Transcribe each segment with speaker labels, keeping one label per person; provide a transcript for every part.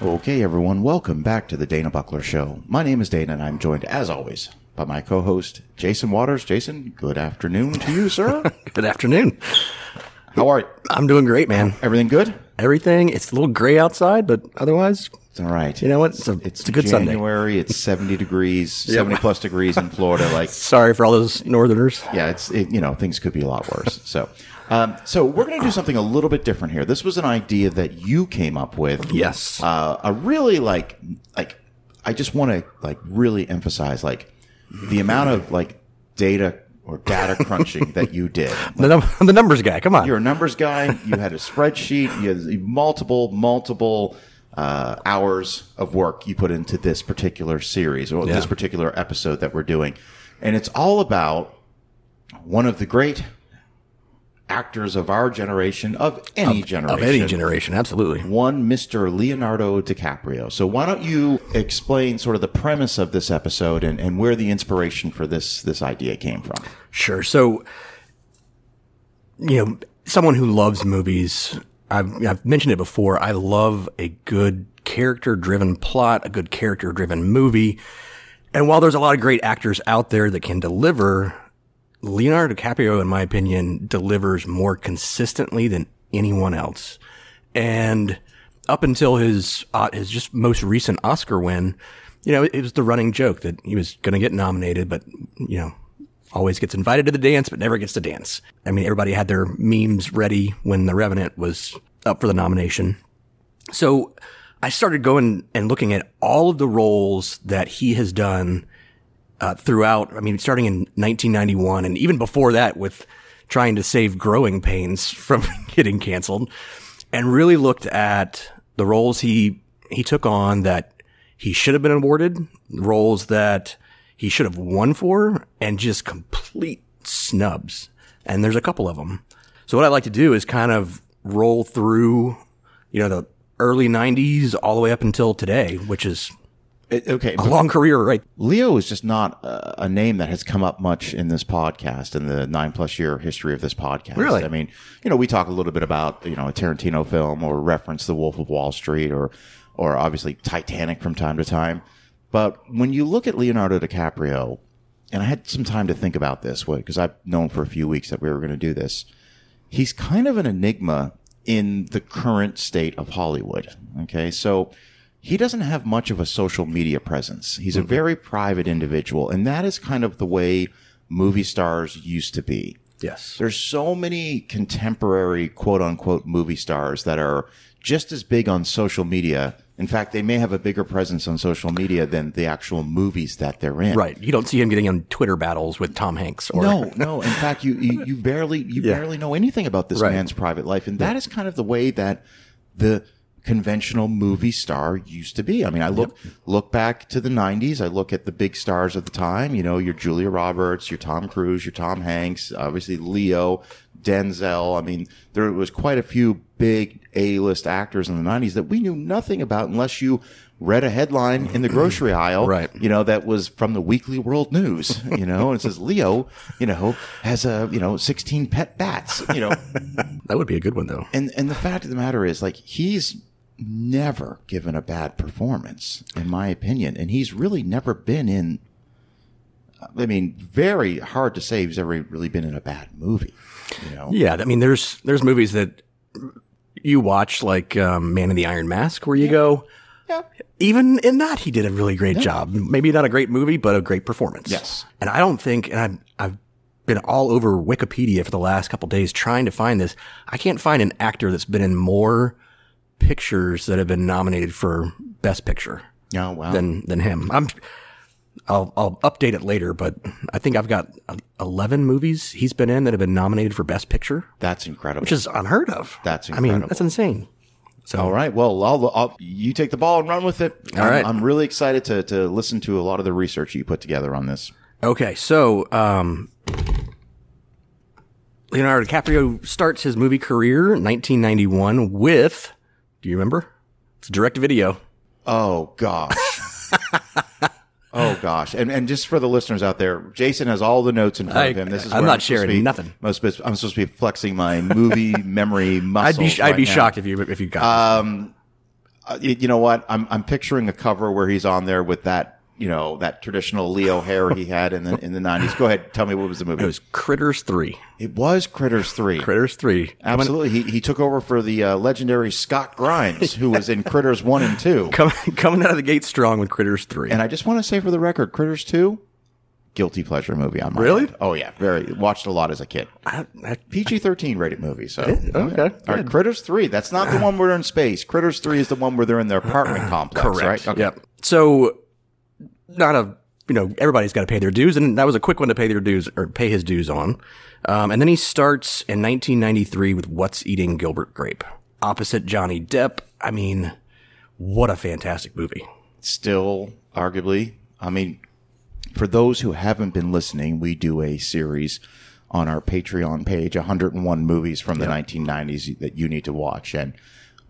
Speaker 1: Okay, everyone, welcome back to the Dana Buckler Show. My name is Dana, and I'm joined, as always, by my co host, Jason Waters. Jason, good afternoon to you, sir.
Speaker 2: Good afternoon.
Speaker 1: How are you?
Speaker 2: I'm doing great, man.
Speaker 1: Everything good?
Speaker 2: Everything, it's a little gray outside, but otherwise,
Speaker 1: It's all right.
Speaker 2: you know what? It's a, it's a good Sunday.
Speaker 1: January, it's 70 degrees, 70 plus degrees in Florida. Like,
Speaker 2: Sorry for all those northerners.
Speaker 1: yeah, it's it, you know things could be a lot worse. So, um, so we're going to do something a little bit different here. This was an idea that you came up with.
Speaker 2: Yes.
Speaker 1: uh, a really like like I just want to like really emphasize like the amount of like data or data crunching that you did.
Speaker 2: The, num- the numbers guy, come on.
Speaker 1: You're a numbers guy. You had a spreadsheet. You had multiple multiple. Uh, hours of work you put into this particular series or this
Speaker 2: Yeah.
Speaker 1: particular episode that we're doing. And it's all about one of the great actors of our generation, of any generation,
Speaker 2: Of any generation, absolutely.
Speaker 1: one Mr. Leonardo DiCaprio. So why don't you explain sort of the premise of this episode and, and where the inspiration for this this idea came from?
Speaker 2: Sure. So, you know, someone who loves movies, I've, I've mentioned it before. I love a good character driven plot, a good character driven movie. And while there's a lot of great actors out there that can deliver, Leonardo DiCaprio, in my opinion, delivers more consistently than anyone else. And up until his uh, his just most recent Oscar win, you know, it, was the running joke that he was going to get nominated, but you know, always gets invited to the dance but never gets to dance. I mean, everybody had their memes ready when The Revenant was up for the nomination. So I started going and looking at all of the roles that he has done uh, throughout. I mean, starting in 1991 and even before that with trying to save Growing Pains from getting canceled and really looked at the roles he, he took on that he should have been awarded, roles that he should have won for and just complete snubs. And there's a couple of them. So what I like to do is kind of roll through, you know, the early 90s all the way up until today, which is
Speaker 1: It- okay,
Speaker 2: a long career, right?
Speaker 1: Leo is just not a, a name that has come up much in this podcast in the nine plus year history of this podcast.
Speaker 2: Really?
Speaker 1: I mean, you know, we talk a little bit about you know a Tarantino film or reference The Wolf of Wall Street or or obviously Titanic from time to time, but when you look at Leonardo DiCaprio, and I had some time to think about this because I've known for a few weeks that we were going to do this. he's kind of an enigma in the current state of Hollywood. Okay. So he doesn't have much of a social media presence. He's a very private individual. And that is kind of the way movie stars used to be.
Speaker 2: Yes.
Speaker 1: There's so many contemporary quote unquote movie stars that are just as big on social media. In fact, they may have a bigger presence on social media than the actual movies that they're in.
Speaker 2: Right. You don't see him getting on Twitter battles with Tom Hanks or
Speaker 1: No, no. In fact, you you, you barely you barely know anything about this
Speaker 2: Right.
Speaker 1: man's private life, and that is kind of the way that the conventional movie star used to be. I mean, I look look back to the '90s. I look at the big stars of the time. You know, your Julia Roberts, your Tom Cruise, your Tom Hanks, obviously Leo, Denzel. I mean, there was quite a few big A-list actors in the '90s that we knew nothing about unless you read a headline in the grocery aisle
Speaker 2: Right.
Speaker 1: you know, that was from the Weekly World News, you know, and it says Leo, you know, has a, you know, 16 pet bats, you know.
Speaker 2: that would be a good one though.
Speaker 1: and and the fact of the matter is like he's never given a bad performance in my opinion, and he's really never been in I mean, very hard to say he's ever really been in a bad movie, you know.
Speaker 2: Yeah, I mean, there's there's movies that you watch like um, Man in the Iron Mask, where you go,
Speaker 1: Yeah.
Speaker 2: even in that he did a really great job. Maybe not a great movie, but a great performance.
Speaker 1: Yes.
Speaker 2: And I don't think, and I'm, I've been all over Wikipedia for the last couple days trying to find this. I can't find an actor that's been in more pictures that have been nominated for Best Picture
Speaker 1: Oh, wow.
Speaker 2: than than him. I'm. I'll I'll update it later, but I think I've got uh, eleven movies he's been in that have been nominated for Best Picture
Speaker 1: That's incredible.
Speaker 2: which is unheard of.
Speaker 1: That's
Speaker 2: I
Speaker 1: incredible.
Speaker 2: mean, that's insane.
Speaker 1: All right. Well, I'll, I'll, you take the ball and run with it.
Speaker 2: All
Speaker 1: I'm,
Speaker 2: right.
Speaker 1: I'm really excited to, to listen to a lot of the research you put together on this.
Speaker 2: Okay, so um, Leonardo DiCaprio starts his movie career in 1991 with, do you remember? It's direct video.
Speaker 1: Oh gosh. oh gosh. And and just for the listeners out there, Jason has all the notes in front of
Speaker 2: I-
Speaker 1: him. This is
Speaker 2: I'm
Speaker 1: where
Speaker 2: not
Speaker 1: supposed
Speaker 2: sharing
Speaker 1: to be-
Speaker 2: nothing.
Speaker 1: I'm supposed, I'm supposed to be flexing my movie memory muscles.
Speaker 2: I'd be I'd
Speaker 1: right
Speaker 2: be
Speaker 1: now.
Speaker 2: shocked if you if you got.
Speaker 1: uh, y- you know what? I'm I'm picturing a cover where he's on there with that you know that traditional Leo hair he had in the in the 90s. Go ahead, tell me what was the movie?
Speaker 2: It was Critters 3.
Speaker 1: It was Critters Three.
Speaker 2: Critters 3.
Speaker 1: Absolutely, he he took over for the uh, legendary Scott Grimes, who was in Critters One and Two.
Speaker 2: Coming, coming out of the gate strong with Critters 3.
Speaker 1: And I just want to say for the record, Critters Two, guilty pleasure movie. on my
Speaker 2: Really?
Speaker 1: end. Oh yeah, very watched a lot as a kid.
Speaker 2: I, I,
Speaker 1: PG thirteen rated movie. So
Speaker 2: okay,
Speaker 1: All right, Critters Three. That's not the one where they're in space. Critters Three is the one where they're in their apartment complex. Right. Okay.
Speaker 2: Yep. So, not a you know everybody's got to pay their dues, and that was a quick one to pay their dues or pay his dues on. Um, and then he starts in 1993 with "What's Eating Gilbert Grape," opposite Johnny Depp. I mean, what a fantastic movie!
Speaker 1: Still, arguably, I mean, for those who haven't been listening, we do a series on our Patreon page, 101 movies from the 1990s that you need to watch. And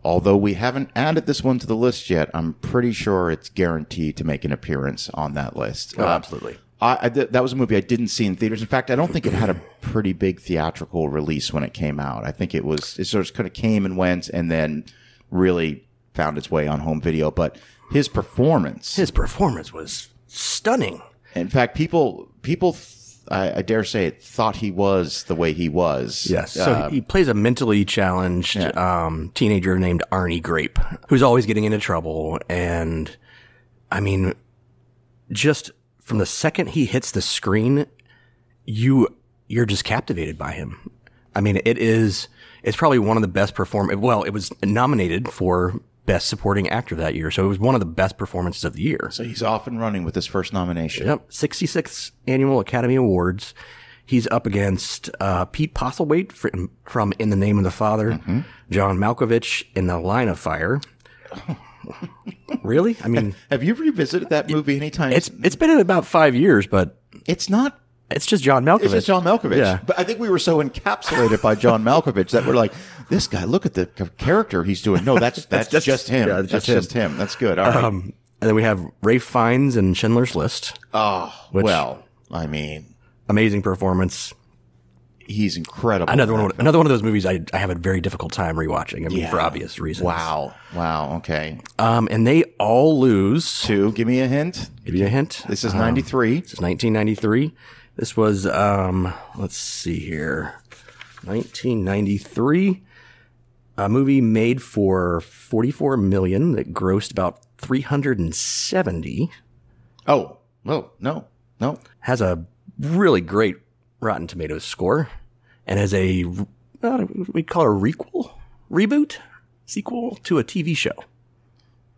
Speaker 1: although we haven't added this one to the list yet, I'm pretty sure it's guaranteed to make an appearance on that list.
Speaker 2: Oh,
Speaker 1: Uh,
Speaker 2: absolutely.
Speaker 1: I, I th- that was a movie I didn't see in theaters. In fact, I don't think it had a pretty big theatrical release when it came out. I think it was it sort of kind of came and went, and then really found its way on home video. But his performance,
Speaker 2: His performance was stunning.
Speaker 1: in fact, people people th- I, I dare say it thought he was the way he was. Uh,
Speaker 2: So he plays a mentally challenged um, teenager named Arnie Grape, who's always getting into trouble. And I mean, just from the second he hits the screen, you you're just captivated by him. I mean, it is it's probably one of the best perform. Well, it was nominated for best supporting actor that year, so it was one of the best performances of the year.
Speaker 1: so he's off and running with his first nomination.
Speaker 2: Yep, 66th annual Academy Awards. He's up against uh, Pete Postlewaite from, from In the Name of the Father, John Malkovich in The Line of Fire. really? I mean,
Speaker 1: Have you revisited that movie anytime?
Speaker 2: it's it's been in about five years, but
Speaker 1: it's not
Speaker 2: it's just John Malkovich.
Speaker 1: It's just John Malkovich.
Speaker 2: Yeah.
Speaker 1: But I think we were so encapsulated by John Malkovich that we're like, this guy, look at the c- character he's doing. No, that's that's,
Speaker 2: that's-
Speaker 1: just him.
Speaker 2: yeah,
Speaker 1: that's
Speaker 2: that's
Speaker 1: just,
Speaker 2: just him.
Speaker 1: him. That's good. All right.
Speaker 2: Um, and then we have Ray Fiennes in Schindler's List.
Speaker 1: oh, well, I mean,
Speaker 2: Amazing performance.
Speaker 1: he's incredible.
Speaker 2: Another one. Another one of those movies I, I have a very difficult time rewatching. I mean, for obvious reasons.
Speaker 1: Wow. Wow. Okay.
Speaker 2: Um, and they all lose.
Speaker 1: Two, give me a hint.
Speaker 2: Give you a hint.
Speaker 1: This is 93.
Speaker 2: This is 1993. This was, um, let's see here, 1993. A movie made for 44 million that grossed about 370.
Speaker 1: Oh, well, no, no.
Speaker 2: Has a really great Rotten Tomatoes score, and has a uh, we call it a requel, reboot, sequel to a TV show.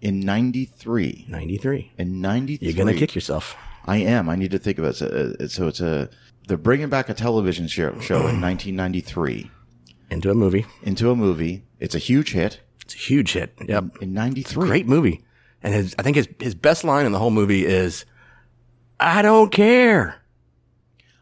Speaker 1: In 93.
Speaker 2: 93.
Speaker 1: In 93.
Speaker 2: You're gonna kick yourself.
Speaker 1: I am. I need to think of it. So, uh, so it's a, they're bringing back a television show, show in 1993
Speaker 2: Into a movie.
Speaker 1: into a movie. It's a huge hit.
Speaker 2: It's a huge hit. Yep.
Speaker 1: in 93
Speaker 2: great movie. And his, I think his, his best line in the whole movie is, I don't care.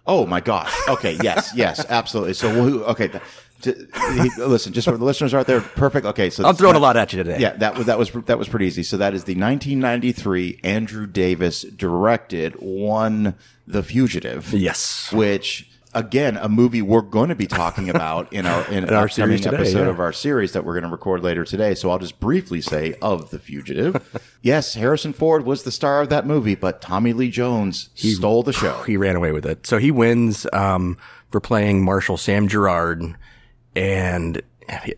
Speaker 1: oh my gosh okay yes yes absolutely so who, okay th- t- he- listen just for the listeners out there perfect okay so
Speaker 2: I'm throwing a lot at you today.
Speaker 1: yeah that was that was that was pretty easy so that is the 1993 andrew davis directed one the fugitive
Speaker 2: Yes.
Speaker 1: which again a movie we're going to be talking about in our in, our
Speaker 2: our series today,
Speaker 1: episode
Speaker 2: yeah.
Speaker 1: of our series that we're going to record later today so i'll just briefly say of the fugitive yes harrison ford was the star of that movie but tommy lee jones stole the show
Speaker 2: He ran away with it. So he wins, um, for playing Marshal Sam Gerard and I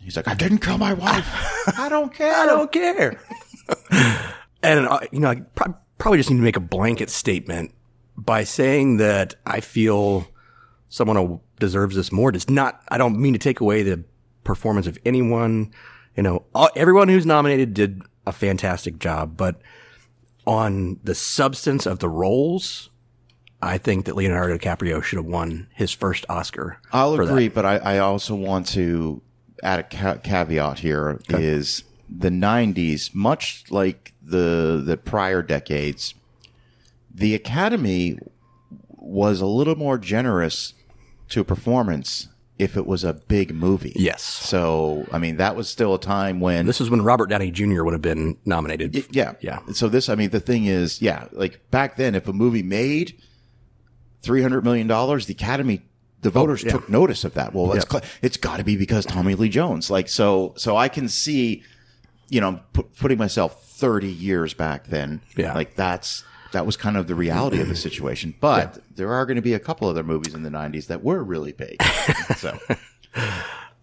Speaker 1: He's like, I didn't kill my wife. I don't care.
Speaker 2: don't care. and, uh, you know, I prob- probably just need to make a blanket statement by saying that I feel someone who deserves this more does not, I don't mean to take away the performance of anyone. You know, all, everyone who's nominated did a fantastic job, but on the substance of the roles, I think that Leonardo DiCaprio should have won his first Oscar. Uh,
Speaker 1: I'll agree, but I, I also want to add a ca- caveat here: is the '90s, much like the the prior decades, the Academy was a little more generous to a performance if it was a big movie.
Speaker 2: Yes.
Speaker 1: So, I mean, that was still a time when
Speaker 2: This is when Robert Downey Jr. would have been nominated.
Speaker 1: Yeah.
Speaker 2: Yeah.
Speaker 1: So this, I mean, the thing is, yeah, like back then, if a movie made three hundred million dollars, the Academy, the voters
Speaker 2: Oh,
Speaker 1: took notice of that. Well, that's cl- it's got to be because Tommy Lee Jones. Like, so, so I can see you know, pu- putting myself 30 years back then,
Speaker 2: Yeah.
Speaker 1: like that's that was kind of the reality of the situation. But there are going to be a couple other movies in the 90s that were really big. so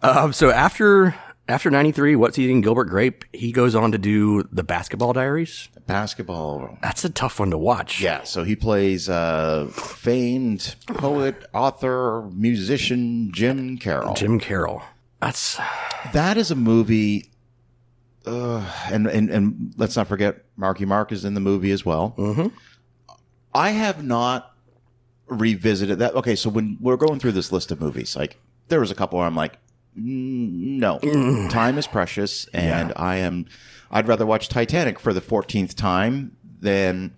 Speaker 2: Um, so after after '93, what's eating Gilbert Grape? He goes on to do the Basketball Diaries.
Speaker 1: basketball.
Speaker 2: That's a tough one to watch.
Speaker 1: Yeah, so he plays uh, famed poet, author, musician Jim Carroll.
Speaker 2: Jim Carroll. That's
Speaker 1: That is a movie. Uh, and, and and let's not forget Marky Mark is in the movie as well.
Speaker 2: Mhm.
Speaker 1: I have not revisited that. Okay, so when we're going through this list of movies, like there was a couple where I'm like, "Mm, no, time is precious, and I am. I'd rather watch Titanic for the fourteenth time than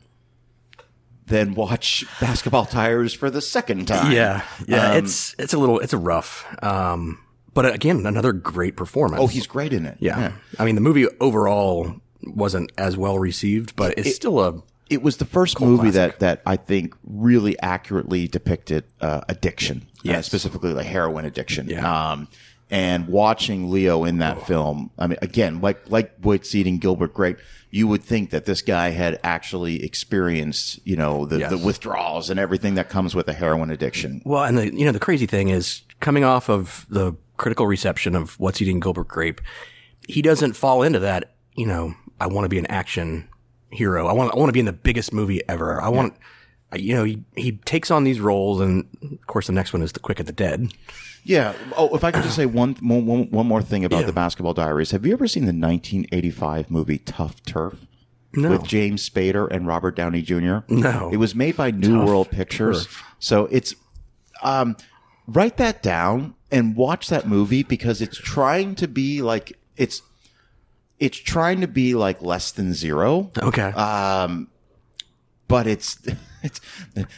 Speaker 1: than watch Basketball Tires for the second time.
Speaker 2: yeah, yeah.
Speaker 1: Um,
Speaker 2: it's it's a little it's a rough. Um, but again, another great performance.
Speaker 1: Oh, he's great in it.
Speaker 2: yeah. I mean, the movie overall wasn't as well received, but it's still a
Speaker 1: it was the first movie that that I think really accurately depicted uh, addiction, yeah,
Speaker 2: Yes.
Speaker 1: specifically like heroin addiction.
Speaker 2: Yeah. Oh.
Speaker 1: Um, and watching Leo in that film, I mean, again, like like Woods eating Gilbert Grape, you would think that this guy had actually experienced, you know, the,
Speaker 2: Yes.
Speaker 1: the withdrawals and everything that comes with a heroin addiction.
Speaker 2: Well, and the you know the crazy thing is coming off of the critical reception of What's Eating Gilbert Grape, he doesn't fall into that. You know, I want to be an action hero. I want I want to be in the biggest movie ever. I want. You know, he, he takes on these roles, and of course, the next one is The Quick and the Dead.
Speaker 1: Yeah. Oh, if I could just say one one- one- one more thing about the Basketball Diaries. Have you ever seen the 1985 movie Tough Turf?
Speaker 2: No.
Speaker 1: With James Spader and Robert Downey Jr.
Speaker 2: No.
Speaker 1: It was made by New World Pictures. So it's um write that down and watch that movie because it's trying to be like it's it's trying to be like less than zero
Speaker 2: Okay.
Speaker 1: Uh, but it's it's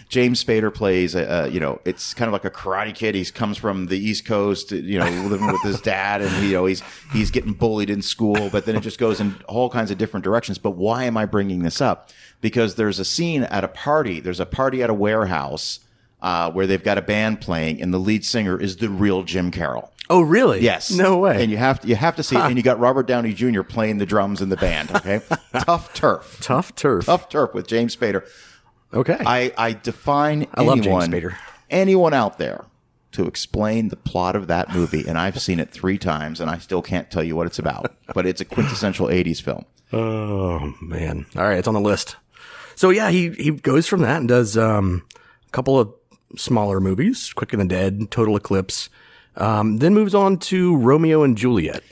Speaker 1: James Spader plays a, a you know it's kind of like a karate kid. He comes from the East Coast, you know, living with his dad, and you know he's he's getting bullied in school. But then it just goes in all kinds of different directions. But why am I bringing this up? Because there's a scene at a party. There's a party at a warehouse uh, where they've got a band playing, and the lead singer is the real Jim Carroll.
Speaker 2: oh, really?
Speaker 1: Yes.
Speaker 2: No way.
Speaker 1: And you have to you have to see it. And you got Robert Downey Jr. playing the drums in the band. Okay, tough turf,
Speaker 2: Tough turf.
Speaker 1: tough turf with James Spader.
Speaker 2: Okay.
Speaker 1: I, I define
Speaker 2: love James
Speaker 1: anyone,
Speaker 2: Spader.
Speaker 1: anyone out there to explain the plot of that movie, and I've seen it three times, and I still can't tell you what it's about. But it's a quintessential '80s film.
Speaker 2: Oh man! All right, it's on the list. So yeah, he he goes from that and does um, a couple of smaller movies, Quick and the Dead, Total Eclipse, um, then moves on to Romeo and Juliet,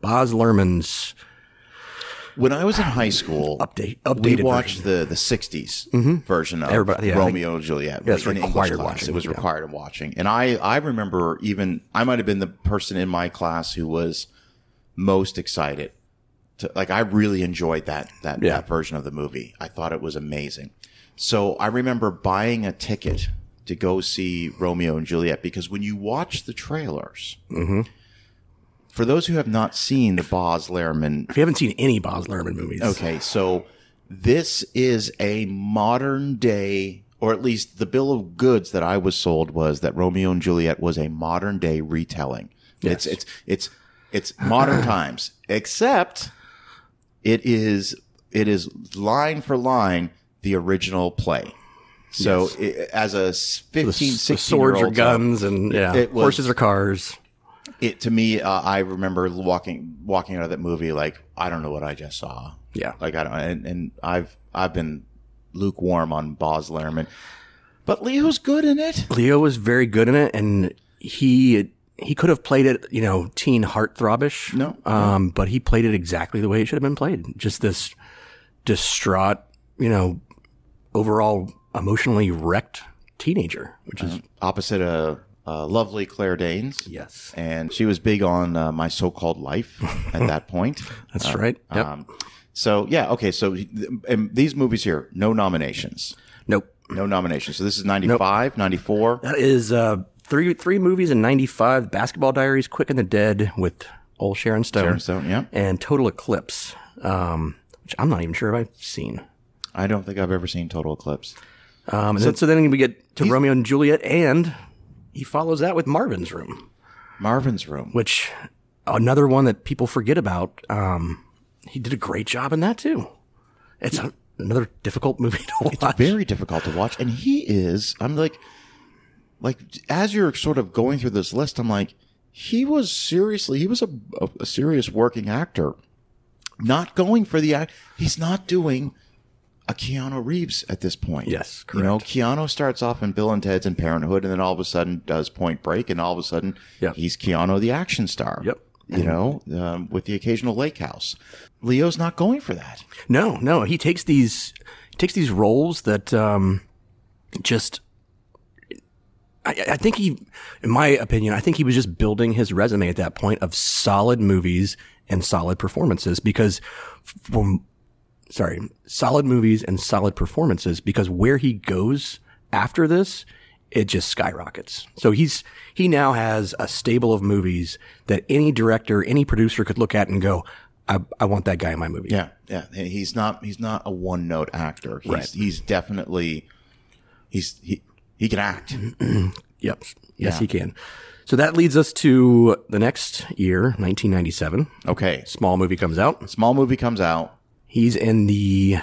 Speaker 2: Boz Lerman's
Speaker 1: When I was in high school,
Speaker 2: update
Speaker 1: we
Speaker 2: updated Mm-hmm.
Speaker 1: watched the the '60s version of
Speaker 2: Everybody- yeah, I think-
Speaker 1: Romeo and Juliet.
Speaker 2: Yeah, it's
Speaker 1: in English
Speaker 2: required
Speaker 1: class.
Speaker 2: watching,
Speaker 1: It was
Speaker 2: yeah.
Speaker 1: required watching, and I I remember even I might have been the person in my class who was most excited. To, like I really enjoyed that that,
Speaker 2: Yeah.
Speaker 1: that version of the movie. I thought it was amazing. So I remember buying a ticket to go see Romeo and Juliet because when you watch the trailers.
Speaker 2: Mm-hmm.
Speaker 1: For those who have not seen the Boz Lerman
Speaker 2: If you haven't seen any Boz Lerman movies,
Speaker 1: Okay, so this is a modern day, or at least the bill of goods that I was sold was that Romeo and Juliet was a modern day retelling. It's it's it's it's modern times, except it is it is line for line the original play. So i as a 15,
Speaker 2: the, s- the
Speaker 1: 16
Speaker 2: swords
Speaker 1: year
Speaker 2: or
Speaker 1: old,
Speaker 2: guns and yeah,
Speaker 1: it was-
Speaker 2: horses or cars.
Speaker 1: it to me, uh, I remember walking walking out of that movie like I don't know what I just saw.
Speaker 2: Yeah.
Speaker 1: Like I don't, and, and I've I've been lukewarm on Boz Lerman, but Leo's good in it.
Speaker 2: Leo was very good in it, and he he could have played it, you know, teen heartthrobbish.
Speaker 1: No.
Speaker 2: um, but he played it exactly the way it should have been played. Just this distraught, you know, overall emotionally wrecked teenager, which
Speaker 1: Uh-huh.
Speaker 2: is
Speaker 1: Opposite a, uh lovely Claire Danes,
Speaker 2: yes,
Speaker 1: and she was big on uh, my so-called life at that point.
Speaker 2: that's right. Yep.
Speaker 1: Um, so yeah, okay. So th- and these movies here, no nominations,
Speaker 2: nope.
Speaker 1: no nominations. So this is 95, 94.
Speaker 2: That is uh, three three movies in '95: Basketball Diaries, Quick and the Dead with old Sharon Stone,
Speaker 1: So yeah,
Speaker 2: and Total Eclipse, um, which I'm not even sure if I've seen.
Speaker 1: I don't think I've ever seen Total Eclipse.
Speaker 2: Um, and then, so then we get to Romeo and Juliet, and he follows that with Marvin's Room,
Speaker 1: Marvin's Room.
Speaker 2: which another one that people forget about. Um, he did a great job in that too. It's a, another difficult movie to watch.
Speaker 1: Very difficult to watch. And he is, I'm like, like as you're sort of going through this list, I'm like, he was seriously, he was a, a, a serious working actor. Not going for the act. He's not doing a Keanu Reeves at this point.
Speaker 2: Yes,
Speaker 1: You know, Keanu starts off in Bill and Ted's and Parenthood, and then all of a sudden does Point Break, and all of a sudden
Speaker 2: Yep.
Speaker 1: he's Keanu the action star.
Speaker 2: Yep.
Speaker 1: You know, um, with the occasional lake house. Leo's not going for that.
Speaker 2: No, no, he takes these he takes these roles that um, just. I, I think he, in my opinion, I think he was just building his resume at that point of solid movies and solid performances because, from, sorry, solid movies and solid performances because where he goes after this, it just skyrockets. So he's he now has a stable of movies that any director, any producer could look at and go, I, I want that guy in my movie.
Speaker 1: Yeah, yeah. He's not. He's not a one note actor. He's,
Speaker 2: Right.
Speaker 1: He's definitely. He's he. He can act.
Speaker 2: Yep. Yes, he can. So that leads us to the next year, 1997.
Speaker 1: Okay.
Speaker 2: Small movie comes out.
Speaker 1: Small movie comes out.
Speaker 2: He's in the,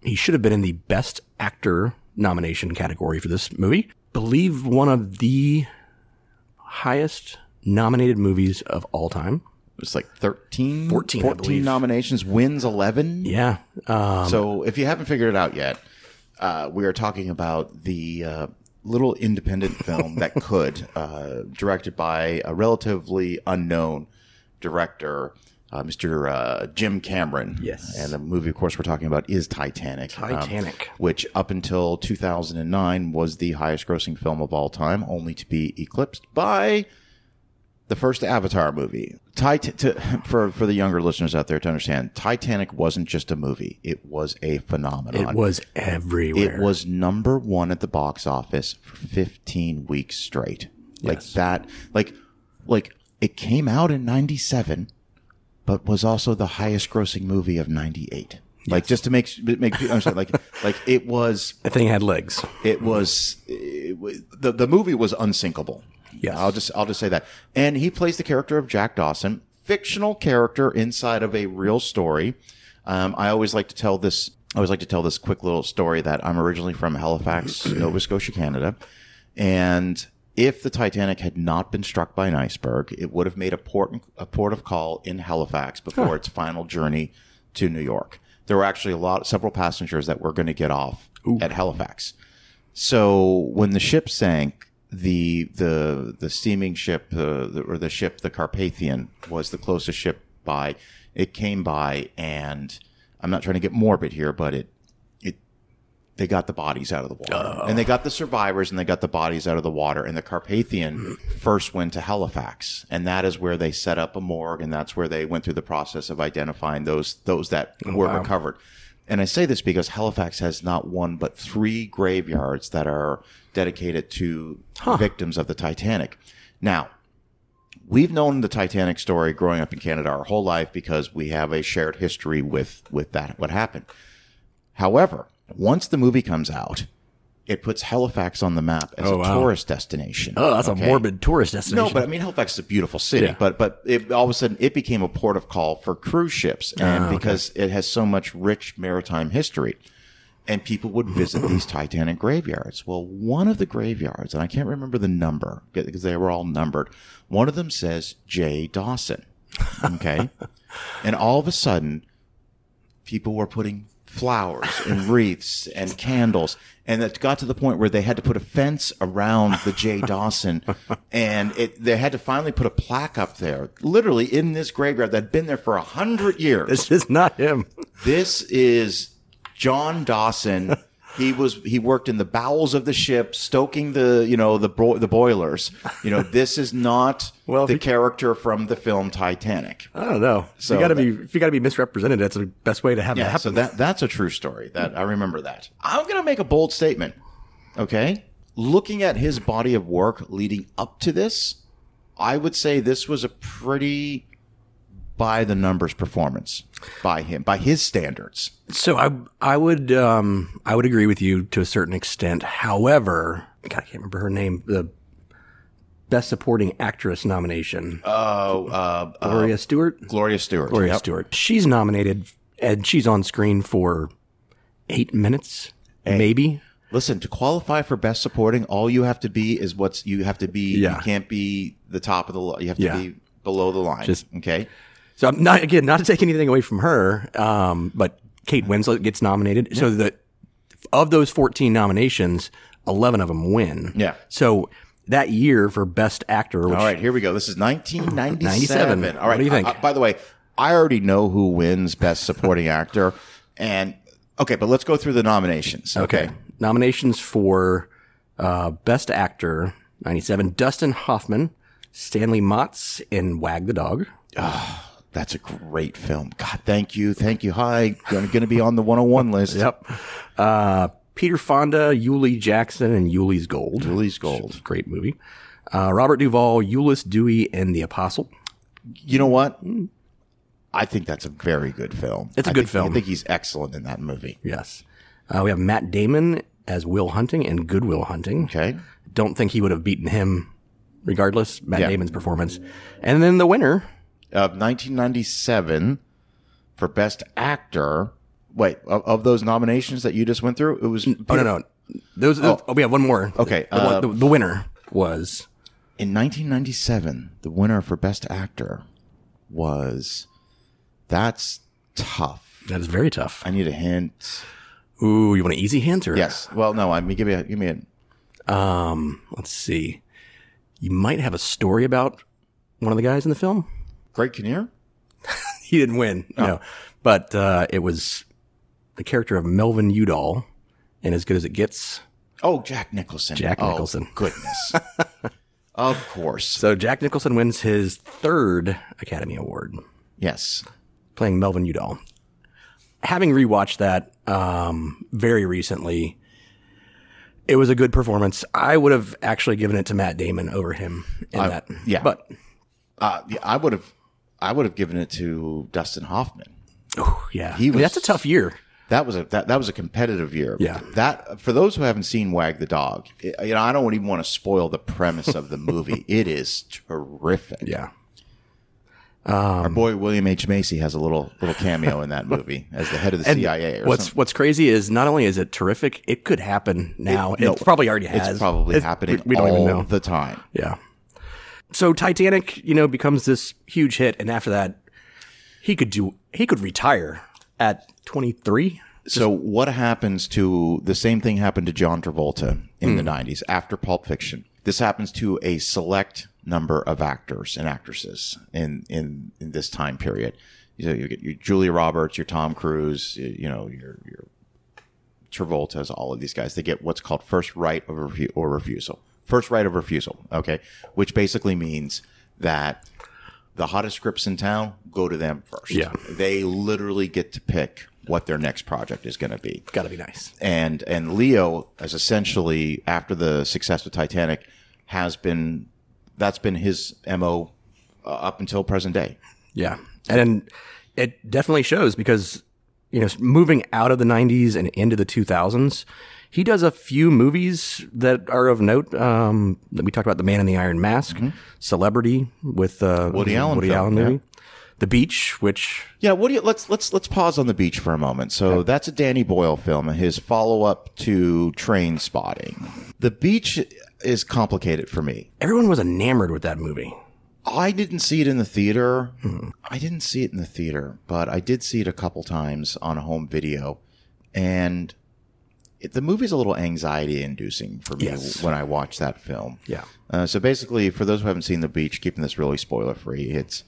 Speaker 2: he should have been in the best actor nomination category for this movie. Believe one of the highest nominated movies of all time.
Speaker 1: It's like 13,
Speaker 2: 14, I believe.
Speaker 1: nominations, wins 11.
Speaker 2: Yeah. Uh,
Speaker 1: So if you haven't figured it out yet, uh, we are talking about the uh, little independent film that could, uh, directed by a relatively unknown director, uh, Mr. Uh, Jim Cameron.
Speaker 2: Yes.
Speaker 1: And the movie, of course, we're talking about is Titanic. um,
Speaker 2: Titanic.
Speaker 1: which up until 2009 was the highest grossing film of all time, only to be eclipsed by the first Avatar movie. Tit- to, for for the younger listeners out there to understand, Titanic wasn't just a movie; it was a phenomenon.
Speaker 2: it was everywhere.
Speaker 1: It was number one at the box office for 15 weeks straight. Like that, like, like it came out in 97, but was also the highest grossing movie of 98. Like just to make, make, people understand, like, like it was,
Speaker 2: that thing had legs.
Speaker 1: it was, it was the, the movie was unsinkable.
Speaker 2: Yes.
Speaker 1: I'll just, I'll just say that. And he plays the character of Jack Dawson, fictional character inside of a real story. Um, I always like to tell this, I always like to tell this quick little story that I'm originally from Halifax, Nova Scotia, Canada. And if the Titanic had not been struck by an iceberg, it would have made a port, a port of call in Halifax before its final journey to New York. There were actually a lot, several passengers that were going to get off at Halifax. So when the ship sank, the the the steaming ship, uh, the, or the ship, the Carpathian, was the closest ship by. It came by, and I'm not trying to get morbid here, but it it they got the bodies out of the water, and they got the survivors, and they got the bodies out of the water, and the Carpathian first went to Halifax, and that is where they set up a morgue, and that's where they went through the process of identifying those those that were recovered. And I say this because Halifax has not one but three graveyards that are dedicated to victims of the Titanic. Now, we've known the Titanic story growing up in Canada our whole life because we have a shared history with with that what happened. However, once the movie comes out, it puts Halifax on the map as a tourist destination.
Speaker 2: Oh, that's
Speaker 1: okay?
Speaker 2: a morbid tourist destination.
Speaker 1: No, but I mean Halifax is a beautiful city,
Speaker 2: Yeah.
Speaker 1: but but it, all of a sudden it became a port of call for cruise ships,
Speaker 2: Ah,
Speaker 1: and because it has so much rich maritime history, and people would visit these Titanic graveyards. Well, one of the graveyards, and I can't remember the number because they were all numbered. One of them says J. Dawson. Okay, and all of a sudden people were putting flowers and wreaths and candles and it got to the point where they had to put a fence around the J Dawson and it they had to finally put a plaque up there literally in this graveyard that had been there for a hundred years
Speaker 2: this is not him.
Speaker 1: this is John Dawson. He was he worked in the bowels of the ship, stoking the you know the bro- the boilers. You know this is not
Speaker 2: Well, if
Speaker 1: the
Speaker 2: he-
Speaker 1: character from the film Titanic.
Speaker 2: I don't know.
Speaker 1: So
Speaker 2: you got to
Speaker 1: that-
Speaker 2: be if you got to be misrepresented. That's the best way to have that
Speaker 1: Yeah,
Speaker 2: happen.
Speaker 1: so that that's a true story. That I remember that. I'm gonna make a bold statement. Okay, looking at his body of work leading up to this, I would say this was a pretty by the numbers performance by him by his standards.
Speaker 2: So I I would um I would agree with you to a certain extent. However, God, I can't remember her name. The Best Supporting Actress nomination.
Speaker 1: Oh, uh, uh,
Speaker 2: Gloria Stewart.
Speaker 1: Gloria Stewart.
Speaker 2: Gloria
Speaker 1: Yep.
Speaker 2: Stewart. She's nominated and she's on screen for eight minutes, maybe.
Speaker 1: Listen, to qualify for best supporting, all you have to be is what's you have to be.
Speaker 2: Yeah.
Speaker 1: You can't be the top of the. Lo- you have to
Speaker 2: Yeah.
Speaker 1: be below the line.
Speaker 2: Just-
Speaker 1: okay.
Speaker 2: So I'm not again not to take anything away from her, um, but Kate Winslet gets nominated. So the of those 14 nominations, 11 of them win.
Speaker 1: Yeah.
Speaker 2: So that year for Best Actor, which
Speaker 1: All right, here we go. This is 1997.
Speaker 2: 97.
Speaker 1: All right.
Speaker 2: What do you think?
Speaker 1: I- I- by the way, I already know who wins Best Supporting Actor, and okay, but let's go through the nominations.
Speaker 2: Okay. Nominations for uh, Best Actor, 97, Dustin Hoffman, Stanley Motz, and Wag the Dog.
Speaker 1: That's a great film. God, thank you, thank you. Hi, going to be on the 101 list.
Speaker 2: Yep. Uh, Peter Fonda, Yuli Jackson, and Yuli's Gold.
Speaker 1: Julie's Gold.
Speaker 2: Great movie. Uh, Robert Duvall, Euless Dewey, and The Apostle.
Speaker 1: You know what? I think that's a very good film.
Speaker 2: It's
Speaker 1: a
Speaker 2: a good
Speaker 1: I
Speaker 2: film.
Speaker 1: think he's excellent in that movie.
Speaker 2: Yes. Uh, we have Matt Damon as Will Hunting and Goodwill Hunting.
Speaker 1: Okay.
Speaker 2: Don't think he would have beaten him regardless, Matt
Speaker 1: Yeah.
Speaker 2: Damon's performance. And then the winner,
Speaker 1: Of 1997 for Best Actor. Wait, of, of those nominations that you just went through, it was
Speaker 2: Oh no no, those. those- oh, we have one more.
Speaker 1: Okay,
Speaker 2: the, one-
Speaker 1: uh,
Speaker 2: the, the winner was
Speaker 1: In 1997, the winner for Best Actor was. That's tough.
Speaker 2: that is very tough.
Speaker 1: I need a hint.
Speaker 2: Ooh, you want an easy hint or
Speaker 1: Yes. Well, no. I mean, give me a give me a.
Speaker 2: Um, let's see. You might have a story about one of the guys in the film.
Speaker 1: Greg Kinnear.
Speaker 2: He didn't win,
Speaker 1: Oh.
Speaker 2: no, but uh, it was the character of Melvin Udall in As Good as It Gets.
Speaker 1: Oh, Jack Nicholson.
Speaker 2: Jack
Speaker 1: Oh,
Speaker 2: Nicholson.
Speaker 1: goodness. of course.
Speaker 2: So Jack Nicholson wins his third Academy Award.
Speaker 1: Yes.
Speaker 2: playing Melvin Udall. Having rewatched that um, very recently, it was a good performance. I would have actually given it to Matt Damon over him in that.
Speaker 1: yeah.
Speaker 2: but
Speaker 1: Uh, yeah, I would have. I would have given it to Dustin Hoffman.
Speaker 2: oh, yeah,
Speaker 1: He
Speaker 2: I mean,
Speaker 1: was-
Speaker 2: that's a tough year.
Speaker 1: That was a that, that was a competitive year.
Speaker 2: Yeah.
Speaker 1: That for those who haven't seen Wag the Dog, it- you know I don't even want to spoil the premise of the movie. it is terrific.
Speaker 2: Yeah,
Speaker 1: Our boy William H Macy has a little little cameo in that movie as the head of the CIA. Or
Speaker 2: what's
Speaker 1: something.
Speaker 2: what's crazy is not only is it terrific, it could happen now. It, probably already has.
Speaker 1: It's probably
Speaker 2: It's-
Speaker 1: happening
Speaker 2: We, we don't
Speaker 1: all
Speaker 2: even know.
Speaker 1: the time.
Speaker 2: yeah. So Titanic, you know, becomes this huge hit, and after that, he could do he could retire at twenty three.
Speaker 1: So what happens to the same thing happened to John Travolta in
Speaker 2: Hmm.
Speaker 1: the 90s after Pulp Fiction. This happens to a select number of actors and actresses in in, in this time period. You know, you get your Julia Roberts, your Tom Cruise, you you know, your your Travolta's, all of these guys, they get what's called first right of refu- or refusal. First right of refusal, okay, which basically means that the hottest scripts in town go to them first.
Speaker 2: Yeah.
Speaker 1: they literally get to pick what their next project is going to be.
Speaker 2: Got to be nice.
Speaker 1: And and Leo is essentially after the success of Titanic has been that's been his mo uh, up until present day.
Speaker 2: Yeah. And it definitely shows because, you know, moving out of the 90s and into the 2000s, he does a few movies that are of note. Um, that we talked about The Man in the Iron Mask, Celebrity with uh,
Speaker 1: Mm-hmm. Woody Allen
Speaker 2: Woody
Speaker 1: film,
Speaker 2: Allen
Speaker 1: yeah.
Speaker 2: movie, The Beach, which,
Speaker 1: Yeah, what do you let's let's let's pause on the beach for a moment. So that's a Danny Boyle film, his follow up to Train Spotting. The beach is complicated for me.
Speaker 2: everyone was enamored with that movie.
Speaker 1: I didn't see it in the theater.
Speaker 2: Hmm.
Speaker 1: I didn't see it in the theater, but I did see it a couple times on home video, and it, the movie's a little anxiety inducing for me
Speaker 2: Yes.
Speaker 1: when I watch that film.
Speaker 2: Yeah.
Speaker 1: Uh, so basically, for those who haven't seen The Beach, keeping this really spoiler free, it's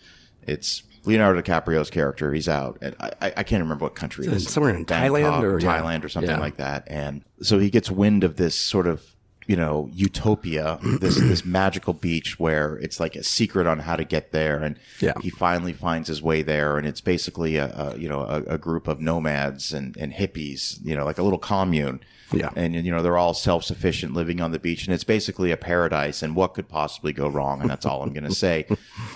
Speaker 1: it's Leonardo DiCaprio's character. He's out, and I, I I can't remember what country it
Speaker 2: Is it
Speaker 1: is,
Speaker 2: somewhere in Thailand or- yeah.
Speaker 1: Thailand or something
Speaker 2: Yeah.
Speaker 1: like that. And so he gets wind of this sort of you know utopia, this this magical beach where it's like a secret on how to get there, and
Speaker 2: Yeah.
Speaker 1: he finally finds his way there, and it's basically a, a you know a, a group of nomads and, and hippies, you know, like a little commune,
Speaker 2: Yeah.
Speaker 1: and you know they're all self sufficient, living on the beach, and it's basically a paradise. And what could possibly go wrong? And that's all I'm going to say.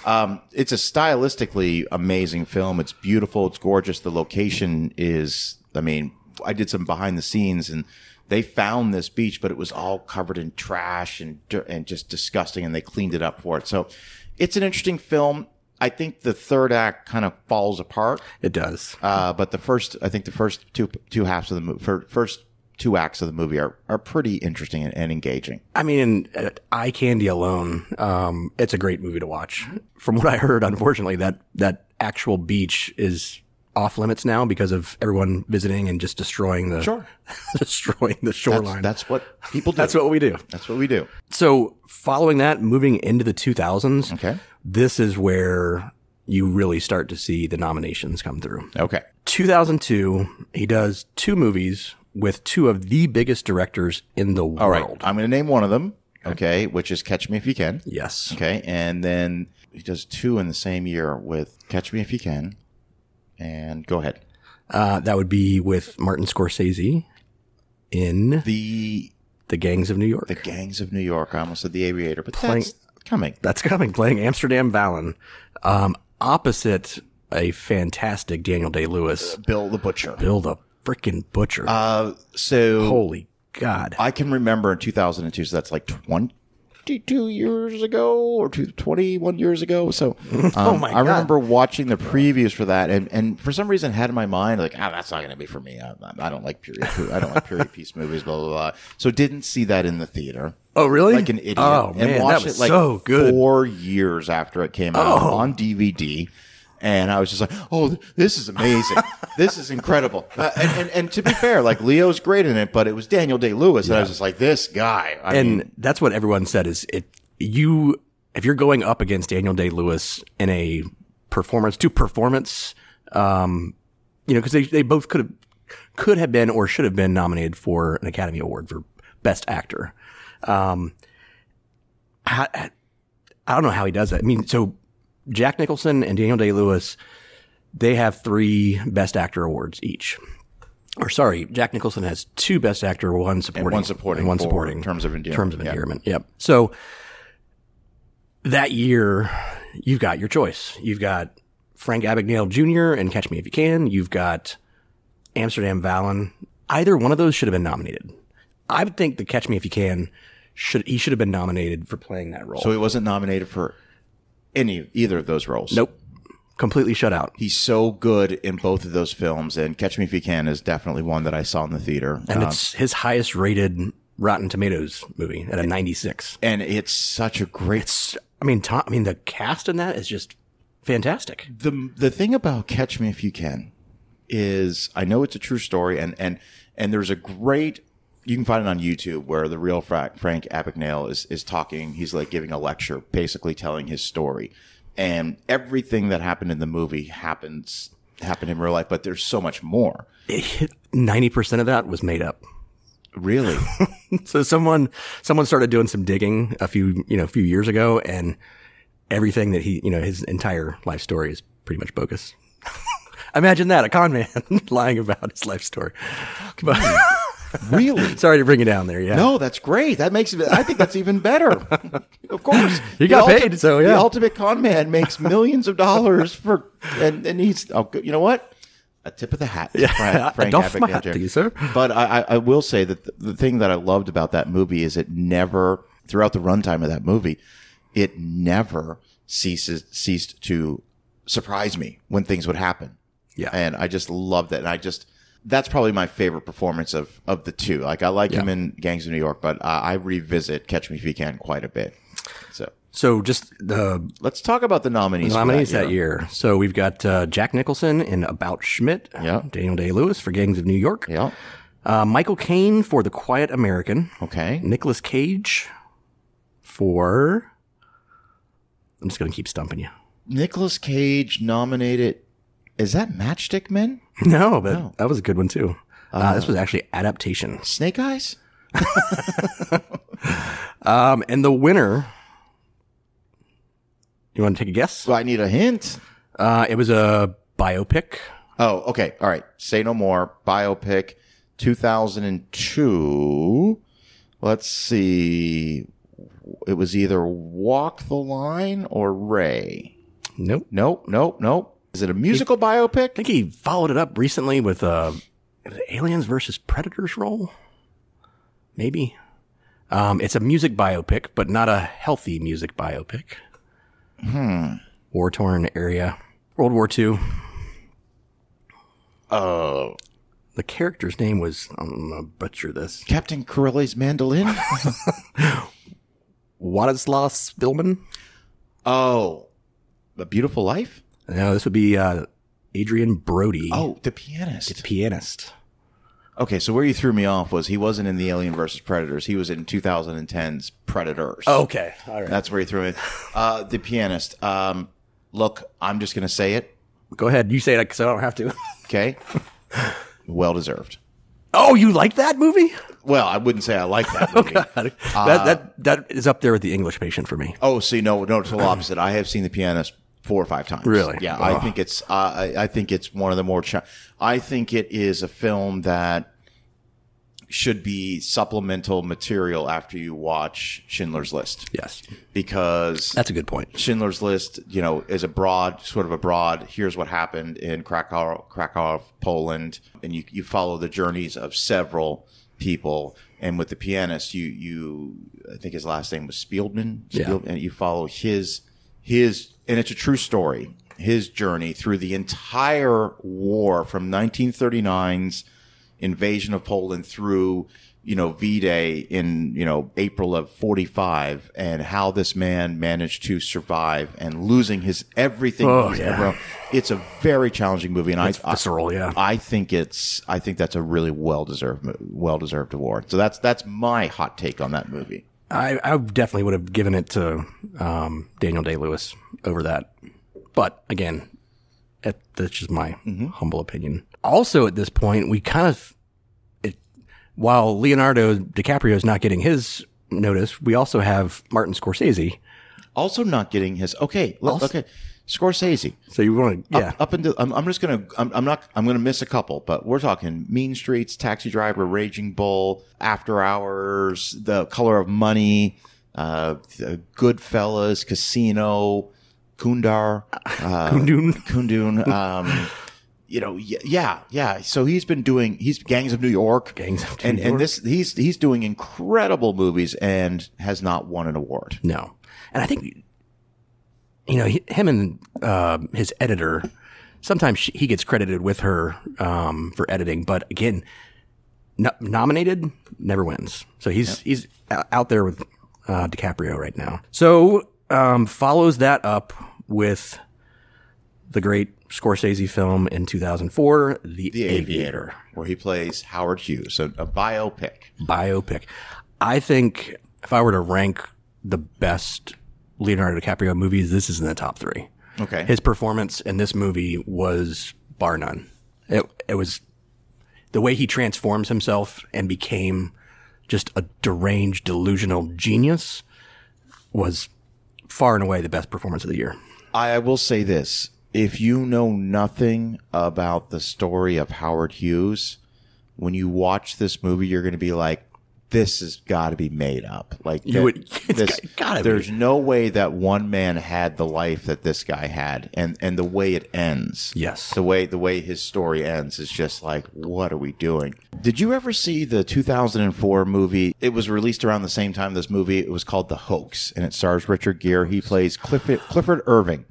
Speaker 1: Um, it's a stylistically amazing film. It's beautiful. It's gorgeous. The location is, I mean, I did some behind the scenes and They found this beach, but it was all covered in trash and dirt and just disgusting, and they cleaned it up for it. So it's an interesting film. I think the third act kind of falls apart,
Speaker 2: It does.
Speaker 1: uh, but the first, I think the first two two halves of the movie, first two acts of the movie are are pretty interesting and, and engaging.
Speaker 2: I mean, uh, eye candy alone, um, it's a great movie to watch. From what I heard, unfortunately, that that actual beach is off limits now because of everyone visiting and just destroying the destroying the shoreline.
Speaker 1: That's what people do.
Speaker 2: That's what we do.
Speaker 1: That's what we do.
Speaker 2: So, following that, moving into the 2000s,
Speaker 1: Okay.
Speaker 2: this is where you really start to see the nominations come through.
Speaker 1: Okay.
Speaker 2: 2002, he does two movies with two of the biggest directors in the world.
Speaker 1: All right. I'm going to name one of them. Okay. Which is Catch Me If You Can.
Speaker 2: Yes.
Speaker 1: Okay. And then he does two in the same year with Catch Me If You Can. And go ahead.
Speaker 2: Uh, that would be with Martin Scorsese in
Speaker 1: The
Speaker 2: The Gangs of New York.
Speaker 1: the Gangs of New York. I almost said The Aviator, but that's coming.
Speaker 2: That's coming, playing Amsterdam Valen, um, opposite a fantastic Daniel Day Lewis.
Speaker 1: Bill the Butcher.
Speaker 2: Bill the freaking butcher.
Speaker 1: Uh, so
Speaker 2: Holy God.
Speaker 1: I can remember in 2002, so that's like 22 years ago or two, 21 years ago. So um,
Speaker 2: Oh my
Speaker 1: I
Speaker 2: God.
Speaker 1: remember watching the previews for that, and, and for some reason had in my mind, like, ah, that's not going to be for me. I, I- I don't like period I don't like period piece movies, blah, blah, blah. So didn't see that in the theater.
Speaker 2: Oh, really?
Speaker 1: Like an idiot.
Speaker 2: Oh,
Speaker 1: and
Speaker 2: man, that
Speaker 1: watched
Speaker 2: was
Speaker 1: it like
Speaker 2: so good. Oh.
Speaker 1: four years after it came out on DVD. And I was just like, oh, th- this is amazing. this is incredible. Uh, and, and, and to be fair, like Leo's great in it, but it was Daniel Day Lewis. And I was just like, this guy. I mean,
Speaker 2: and that's what everyone said is it you if you're going up against Daniel Day Lewis in a performance to performance, um, you know, because they they both could have could have been or should have been nominated for an Academy Award for Best Actor. Um, I, I- I don't know how he does that. I mean, so Jack Nicholson and Daniel Day Lewis, they have three Best Actor awards each. Or sorry, Jack Nicholson has two Best Actor, one supporting,
Speaker 1: one supporting
Speaker 2: and one
Speaker 1: for
Speaker 2: supporting
Speaker 1: Terms of Endearment,
Speaker 2: Terms of
Speaker 1: yeah.
Speaker 2: endearment. Yep. So that year, you've got your choice. You've got Frank Abagnale Jr. and Catch Me If You Can. You've got Amsterdam Valen. Either one of those should have been nominated. I would think the Catch Me If You Can should he should have been nominated for playing that role.
Speaker 1: so he wasn't nominated for any either of those roles.
Speaker 2: nope, completely shut out.
Speaker 1: He's so good in both of those films. And Catch Me If You Can is definitely one that I saw in the theater. Uh,
Speaker 2: And it's his highest rated Rotten Tomatoes movie at a 96.
Speaker 1: and it's such a great
Speaker 2: It's I mean, Tom, I mean the cast in that is just fantastic.
Speaker 1: the the thing about Catch Me If You Can is I know it's a true story, and and and there's a great you can find it on YouTube where the real Fra- Frank Abagnale is is talking. He's like giving a lecture, basically telling his story, and everything that happened in the movie happens happened in real life, but there's so much more.
Speaker 2: 90% of that was made up.
Speaker 1: Really,
Speaker 2: So someone someone started doing some digging a few you know a few years ago, and everything that he you know his entire life story is pretty much bogus. Imagine that a con man lying about his life story. But,
Speaker 1: really.
Speaker 2: sorry to bring you down there. Yeah,
Speaker 1: No, that's great. That makes it. I think that's even better. of course,
Speaker 2: He
Speaker 1: The
Speaker 2: got
Speaker 1: ulti-
Speaker 2: paid, so, yeah.
Speaker 1: The ultimate con man makes millions of dollars for, and, and he's. Oh, you know what? A tip of the hat. Yeah,
Speaker 2: I doff my hat to you, sir.
Speaker 1: But I, I, I will say that the, the thing that I loved about that movie is it never, throughout the runtime of that movie, it never ceases ceased to surprise me when things would happen.
Speaker 2: Yeah.
Speaker 1: and I just loved it, and I just that's probably my favorite performance of of the two. Like I like him in Gangs of New York, but uh, I revisit Catch Me If You Can quite a bit. So
Speaker 2: So just the
Speaker 1: let's talk about the nominees. for
Speaker 2: nominees that year. So we've got uh, Jack Nicholson in About Schmidt.
Speaker 1: Yeah.
Speaker 2: Daniel Day Lewis for Gangs of New York.
Speaker 1: Yeah.
Speaker 2: Uh, Michael Caine for The Quiet American.
Speaker 1: Okay.
Speaker 2: Nicolas Cage for. I'm just going to keep stumping you.
Speaker 1: Nicholas Cage nominated. Is that Matchstick Men?
Speaker 2: No, but that was a good one too. Uh, this was actually adaptation.
Speaker 1: Snake Eyes?
Speaker 2: Um, and the winner, you want to take a guess?
Speaker 1: Do I need a hint?
Speaker 2: Uh, it was a biopic.
Speaker 1: Oh, okay. All right. Say no more. Biopic 2002. Let's see. It was either Walk the Line or Ray.
Speaker 2: Nope.
Speaker 1: Nope, nope, nope. Is it a musical biopic?
Speaker 2: I think he followed it up recently with uh, Aliens versus Predators role. maybe. Um, it's a music biopic, but not a healthy music biopic. Hmm. War torn area, World War II.
Speaker 1: Oh,
Speaker 2: The character's name was I'm gonna butcher this.
Speaker 1: Captain Corelli's mandolin.
Speaker 2: Władysław Spillman.
Speaker 1: oh, the beautiful life.
Speaker 2: No, this would be uh, Adrian Brody,
Speaker 1: Oh, the pianist.
Speaker 2: pianist.
Speaker 1: Okay, so where you threw me off was he wasn't in the Alien versus Predators. He was in 2010's Predators.
Speaker 2: Okay, all right.
Speaker 1: that's where you threw me. Uh, the pianist. Um, look, I'm just gonna say it.
Speaker 2: Go ahead. You say it because I don't have to.
Speaker 1: Okay, well deserved.
Speaker 2: oh, you like that movie?
Speaker 1: Well, I wouldn't say I like that movie.
Speaker 2: Uh, that that that is up there with the English Patient for me.
Speaker 1: Oh, see, no, no, total opposite. I have seen the pianist four or five times.
Speaker 2: Really?
Speaker 1: Yeah, I think it's. Uh, I I think it's one of the more. Ch- I think it is a film that should be supplemental material after you watch Schindler's List
Speaker 2: Yes,
Speaker 1: because
Speaker 2: that's a good point.
Speaker 1: Schindler's List, you know, is a broad, sort of a broad. Here's what happened in Krakow, Krakow, Poland, and you you follow the journeys of several people. And with the pianist, you you, I think his last name was Spielman.
Speaker 2: Yeah.
Speaker 1: Spiel- and you follow his his, and it's a true story. His journey through the entire war from 1939's invasion of Poland through you know V-Day in you know April of 45 and how this man managed to survive and losing his everything
Speaker 2: Oh,
Speaker 1: he's
Speaker 2: yeah.
Speaker 1: ever owned. it's a very challenging movie and I, I
Speaker 2: Uh, visceral, yeah.
Speaker 1: I think it's I think that's a really well deserved well deserved award so that's that's my hot take on that movie
Speaker 2: I, I definitely would have given it to um, Daniel Day Lewis over that. But again, that- that's just my humble opinion. Also, at this point, we kind of, it, while Leonardo DiCaprio is not getting his notice, we also have Martin Scorsese.
Speaker 1: also not getting his okay look, okay Scorsese
Speaker 2: So you want to, yeah,
Speaker 1: up into I'm, I'm just gonna I'm, I'm not I'm gonna miss a couple, but we're talking Mean Streets, Taxi Driver, Raging Bull, After Hours, The Color of Money, uh, the Goodfellas, Casino, Kundar, uh,
Speaker 2: Kundun.
Speaker 1: Kundun. Um, you know, y- yeah, yeah. So he's been doing he's Gangs of New York,
Speaker 2: Gangs of New
Speaker 1: and
Speaker 2: York.
Speaker 1: and this he's he's doing incredible movies and has not won an award.
Speaker 2: No, and I think you know he, him and uh, his editor. Sometimes she, he gets credited with her um, for editing, but again, no, nominated never wins. So he's he's o- out there with uh, DiCaprio right now. So um, follows that up with the great Scorsese film in 2004, The,
Speaker 1: The
Speaker 2: Aviator
Speaker 1: Aviator, where he plays Howard Hughes, a, a biopic.
Speaker 2: biopic. I think if I were to rank the best Leonardo DiCaprio movies, this is in the top three.
Speaker 1: Okay,
Speaker 2: His performance in this movie was bar none. It, it was the way he transforms himself and became just a deranged, delusional genius was far and away the best performance of the year.
Speaker 1: I I will say this. If you know nothing about the story of Howard Hughes, when you watch this movie, you're going to be like, this has got to be made up. Like,
Speaker 2: You
Speaker 1: that-
Speaker 2: would- it's
Speaker 1: this,
Speaker 2: got- gotta be.
Speaker 1: there's no way that one man had the life that this guy had, and and the way it ends,
Speaker 2: Yes.
Speaker 1: the way the way his story ends is just like, what are we doing? Did you ever see the 2004 movie? It was released around the same time this movie. It was called The Hoax, and it stars Richard Gere. He plays Clifford, Clifford Irving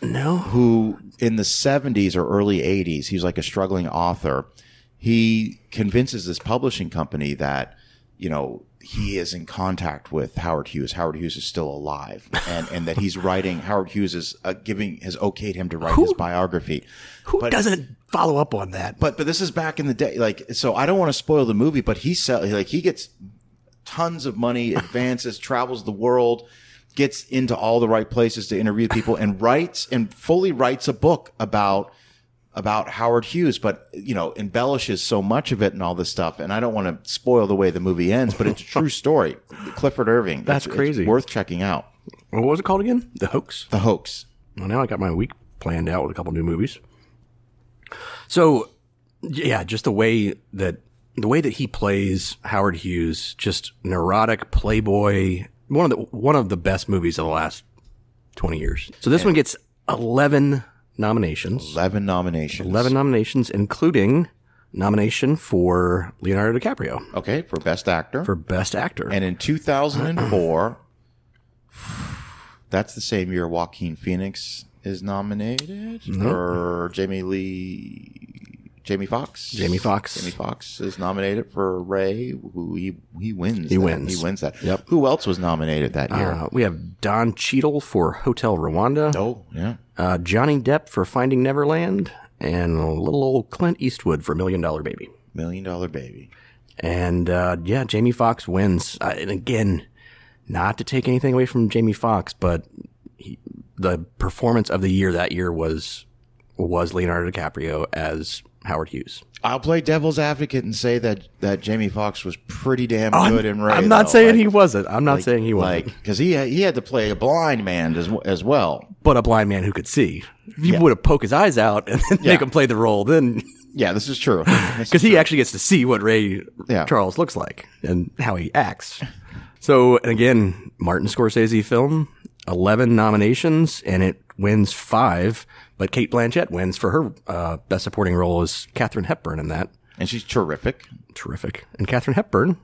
Speaker 2: No?
Speaker 1: who in the 70s or early 80s, he's like a struggling author. He convinces this publishing company that, you know, he is in contact with Howard Hughes. Howard Hughes is still alive and, and that he's writing, Howard Hughes is uh, giving, has okayed him to write his biography.
Speaker 2: Who doesn't follow up on that?
Speaker 1: But, but this is back in the day. Like, so I don't want to spoil the movie, but he sell, like, he gets tons of money, advances, travels the world, gets into all the right places to interview people and writes and fully writes a book about about Howard Hughes, but you know, embellishes so much of it and all this stuff. And I don't want to spoil the way the movie ends, but it's a true story. Clifford Irving.
Speaker 2: That's
Speaker 1: It's-
Speaker 2: crazy.
Speaker 1: It's worth checking out.
Speaker 2: What was it called again? The Hoax?
Speaker 1: The hoax.
Speaker 2: Well, now I got my week planned out with a couple new movies. So, yeah, just the way that the way that he plays Howard Hughes, just neurotic playboy, one of the one of the best movies of the last twenty years. So this one gets eleven nominations,
Speaker 1: Eleven nominations.
Speaker 2: eleven nominations, including nomination for Leonardo DiCaprio
Speaker 1: Okay, for best actor.
Speaker 2: for Best Actor.
Speaker 1: and in 2004, that's the same year Joaquin Phoenix is nominated, or Jamie Lee, Jamie Fox,
Speaker 2: Jamie Foxx.
Speaker 1: Jamie Fox is nominated for Ray, who he he wins.
Speaker 2: He
Speaker 1: that.
Speaker 2: wins.
Speaker 1: He wins that.
Speaker 2: Yep.
Speaker 1: Who else was nominated that year?
Speaker 2: uh, we have Don Cheadle for Hotel Rwanda,
Speaker 1: oh yeah,
Speaker 2: uh, Johnny Depp for Finding Neverland, and little old Clint Eastwood for Million Dollar Baby.
Speaker 1: Million Dollar Baby.
Speaker 2: And uh, yeah, Jamie Foxx wins. Uh, and again, not to take anything away from Jamie Foxx, but he, the performance of the year that year was was Leonardo DiCaprio as Howard Hughes.
Speaker 1: I'll play devil's advocate and say that that Jamie Fox was pretty damn good in Ray.
Speaker 2: I'm not
Speaker 1: though.
Speaker 2: saying
Speaker 1: Like-
Speaker 2: he wasn't. I'm not saying he wasn't.
Speaker 1: like because he had- he had to play a blind man as as well.
Speaker 2: but a blind man who could see. If you would have poke his eyes out and then make him play the role, then
Speaker 1: Yeah, this is true. This
Speaker 2: because he actually gets to see what Ray
Speaker 1: Yeah.
Speaker 2: Charles looks like and how he acts. So, and again, Martin Scorsese film, 11 nominations, and it wins five, but Kate Blanchett wins for her uh, best supporting role as Katherine Hepburn in that.
Speaker 1: and she's terrific.
Speaker 2: Terrific. And Katherine Hepburn,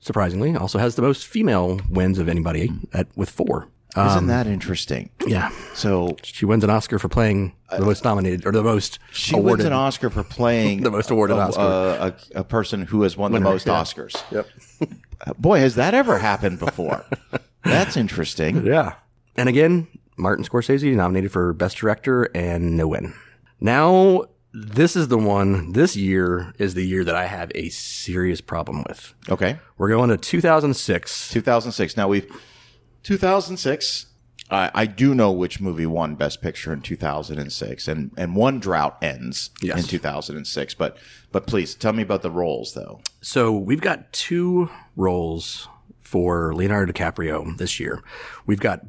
Speaker 2: surprisingly, also has the most female wins of anybody at, with four. Uh,
Speaker 1: Isn't that interesting?
Speaker 2: yeah.
Speaker 1: So
Speaker 2: She wins an Oscar for playing the most nominated or the most
Speaker 1: she wins
Speaker 2: awarded.
Speaker 1: an Oscar for playing
Speaker 2: The most awarded
Speaker 1: a,
Speaker 2: Oscar.
Speaker 1: A, a, a person who has won the most
Speaker 2: yeah.
Speaker 1: Oscars. Yep. Boy, has that ever happened before? That's interesting.
Speaker 2: Yeah. And again, Martin Scorsese nominated for Best Director and no win. Now, this is the one, this year is the year that I have a serious problem with.
Speaker 1: Okay,
Speaker 2: We're going to 2006.
Speaker 1: 2006. Now we've 2006. I, I do know which movie won Best Picture in 2006, and and one drought ends
Speaker 2: Yes.
Speaker 1: in 2006. But but please tell me about the roles though.
Speaker 2: So we've got two roles for Leonardo DiCaprio this year. We've got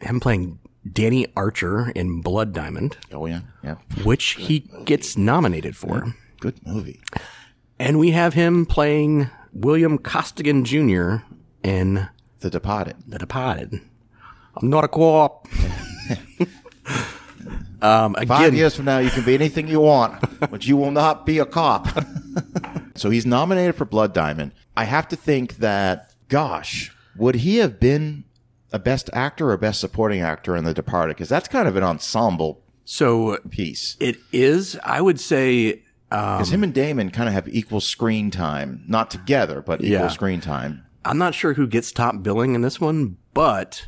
Speaker 2: him playing Danny Archer in Blood Diamond,
Speaker 1: Oh yeah, yeah.
Speaker 2: which he gets nominated for.
Speaker 1: Good movie.
Speaker 2: And we have him playing William Costigan Jr. in
Speaker 1: The Departed.
Speaker 2: The Departed. I'm not a co-op.
Speaker 1: Five
Speaker 2: um, again,
Speaker 1: years from now, you can be anything you want, but you will not be a cop. so he's nominated for Blood Diamond. I have to think that, gosh, would he have been a best actor or best supporting actor in The Departed? Because that's kind of an ensemble
Speaker 2: so
Speaker 1: piece.
Speaker 2: it is. I would say
Speaker 1: Because
Speaker 2: Um,
Speaker 1: him and Damon kind of have equal screen time, not together, but equal
Speaker 2: Yeah.
Speaker 1: screen time.
Speaker 2: I'm not sure who gets top billing in this one, but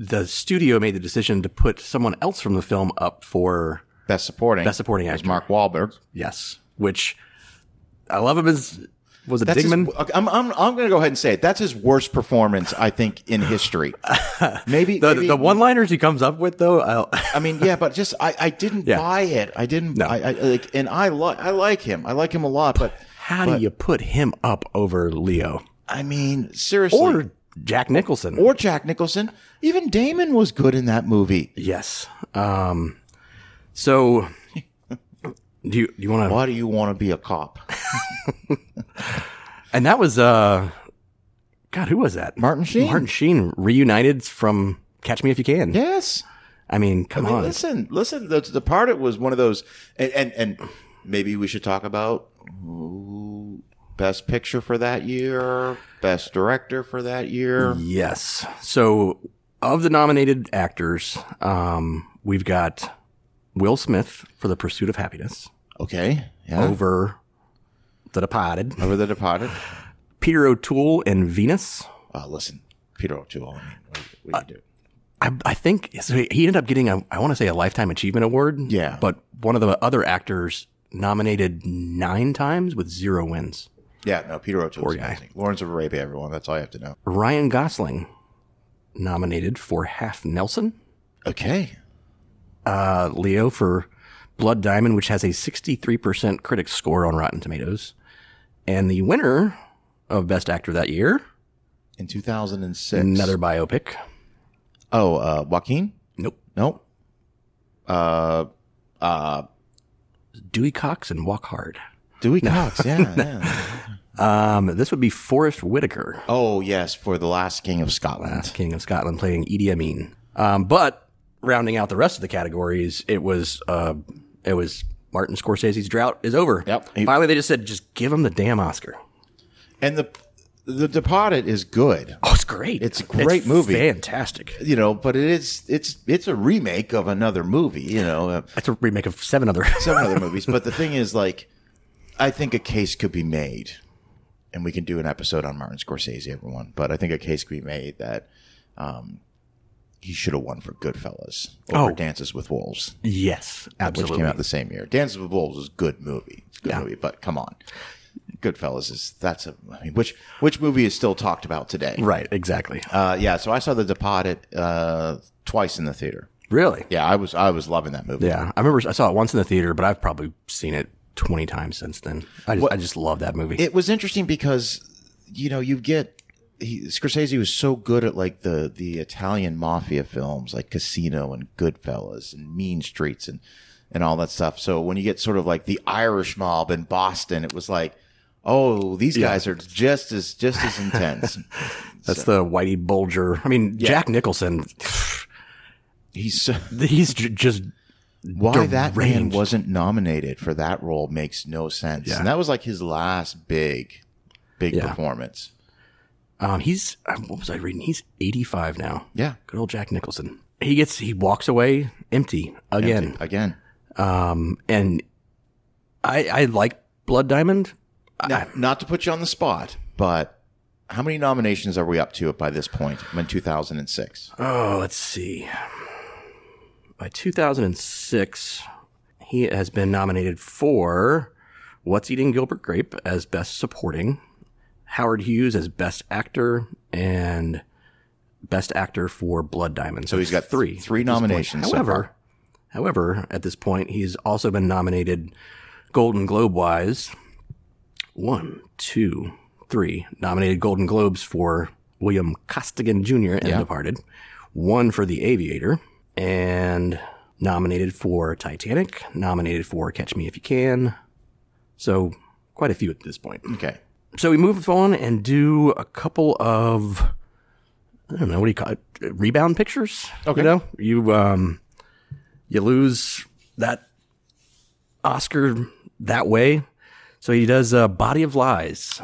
Speaker 2: the studio made the decision to put someone else from the film up for
Speaker 1: Best supporting.
Speaker 2: best supporting
Speaker 1: is
Speaker 2: actor.
Speaker 1: Mark Wahlberg.
Speaker 2: Yes, which I love him as was it
Speaker 1: That's his-
Speaker 2: Digman?
Speaker 1: okay, I'm, I'm, I'm going to go ahead and say it. That's his worst performance, I think, in history. Maybe
Speaker 2: the,
Speaker 1: maybe-
Speaker 2: the one-liners he comes up with, though, I'll,
Speaker 1: I mean, yeah, but just I, I didn't
Speaker 2: Yeah.
Speaker 1: buy it. I didn't.
Speaker 2: No.
Speaker 1: I, I like, and I like I like him. I like him a lot. But
Speaker 2: how do you put him up over Leo
Speaker 1: I mean, seriously, or,
Speaker 2: or Jack Nicholson?
Speaker 1: Jack Nicholson. Even Damon was good in that movie.
Speaker 2: Yes. Um, so, do you do you want to?
Speaker 1: Why do you want to be a cop?
Speaker 2: And that was uh, God, who was that?
Speaker 1: Martin Sheen.
Speaker 2: Martin Sheen reunited from Catch Me If You Can.
Speaker 1: Yes.
Speaker 2: I mean, come
Speaker 1: I mean,
Speaker 2: on.
Speaker 1: listen, listen. The, the part it was one of those, and, and and maybe we should talk about who best picture for that year, best director for that year.
Speaker 2: Mm. Yes. So, of the nominated actors, um, we've got Will Smith for The Pursuit of Happiness
Speaker 1: Okay. Yeah.
Speaker 2: over The Departed,
Speaker 1: Over the Departed.
Speaker 2: Peter O'Toole in Venus.
Speaker 1: Uh, listen, Peter O'Toole. I mean, what, what do you do?
Speaker 2: I, I think so he ended up getting a I want to say a lifetime achievement award.
Speaker 1: Yeah.
Speaker 2: but one of the other actors nominated nine times with zero wins.
Speaker 1: Yeah, no, Peter O'Toole's
Speaker 2: guy.
Speaker 1: amazing. Lawrence of Arabia, everyone. That's all you have to know.
Speaker 2: Ryan Gosling nominated for Half Nelson.
Speaker 1: Okay.
Speaker 2: Uh, Leo for Blood Diamond, which has a 63% critic score on Rotten Tomatoes, and the winner of Best Actor that year,
Speaker 1: In 2006.
Speaker 2: another biopic.
Speaker 1: Oh, uh, Joaquin?
Speaker 2: Nope,
Speaker 1: Nope. Uh, uh,
Speaker 2: Dewey Cox and Walk Hard.
Speaker 1: Dewey Cox. Yeah, yeah.
Speaker 2: Um, this would be Forrest Whitaker.
Speaker 1: Oh, yes, for The Last King of Scotland.
Speaker 2: Last King of Scotland playing Idi Amin. Um, but rounding out the rest of the categories, it was uh, it was Martin Scorsese's drought is over.
Speaker 1: Yep.
Speaker 2: Finally, they just said, just give him the damn Oscar.
Speaker 1: And the the Departed is good.
Speaker 2: Oh, it's great.
Speaker 1: It's a great movie.
Speaker 2: Fantastic.
Speaker 1: You know, but it is it's it's a remake of another movie. You know, uh,
Speaker 2: That's a remake of seven other.
Speaker 1: seven other movies. But the thing is, like, I think a case could be made, and we can do an episode on Martin Scorsese, everyone. But I think a case could be made that um, he should have won for Goodfellas over
Speaker 2: Oh.
Speaker 1: Dances with Wolves,
Speaker 2: yes,
Speaker 1: which
Speaker 2: absolutely.
Speaker 1: came out the same year. Dances with Wolves is a good movie. It's a good
Speaker 2: Yeah.
Speaker 1: movie, but come on. Goodfellas is that's a I mean, which which movie is still talked about today?
Speaker 2: Right, exactly.
Speaker 1: Uh, yeah, so I saw The Departed uh, twice in the theater.
Speaker 2: really?
Speaker 1: Yeah, I was I was loving that movie.
Speaker 2: Yeah, I remember I saw it once in the theater, but I've probably seen it twenty times since then. I just, I just love that movie.
Speaker 1: it was interesting because you know you get he, Scorsese was so good at like the the Italian mafia films like Casino and Goodfellas and Mean Streets and and all that stuff. So when you get sort of like the Irish mob in Boston, it was like, oh, these guys are just as just as intense.
Speaker 2: That's the Whitey Bulger. I mean, Jack Nicholson.
Speaker 1: He's so,
Speaker 2: He's j- just
Speaker 1: why that man
Speaker 2: Deranged.
Speaker 1: wasn't nominated for that role makes no sense.
Speaker 2: Yeah.
Speaker 1: And that was like his last big big
Speaker 2: Yeah.
Speaker 1: performance.
Speaker 2: um, he's um, what was I reading? He's eighty five now.
Speaker 1: Yeah.
Speaker 2: Good old Jack Nicholson. He gets he walks away empty again.
Speaker 1: Again.
Speaker 2: Um, and I I like Blood Diamond.
Speaker 1: Now, not to put you on the spot, but how many nominations are we up to by this point? I'm in 2006.
Speaker 2: Oh, let's see. By 2006, he has been nominated for What's Eating Gilbert Grape as Best Supporting, Howard Hughes as Best Actor, and Best Actor for Blood Diamond.
Speaker 1: So he's got
Speaker 2: three
Speaker 1: three
Speaker 2: at this point.
Speaker 1: nominations so
Speaker 2: However,
Speaker 1: far.
Speaker 2: however, at this point, he's also been nominated Golden Globe wise. One, two, three nominated Golden Globes for William Costigan Jr. in
Speaker 1: Yeah.
Speaker 2: Departed, one for The Aviator, and nominated for Titanic, nominated for Catch Me If You Can. So quite a few at this point.
Speaker 1: Okay.
Speaker 2: So we move on and do a couple of I don't know what do you call it rebound pictures.
Speaker 1: Okay.
Speaker 2: You know, you um you lose that Oscar that way. So he does uh, Body of Lies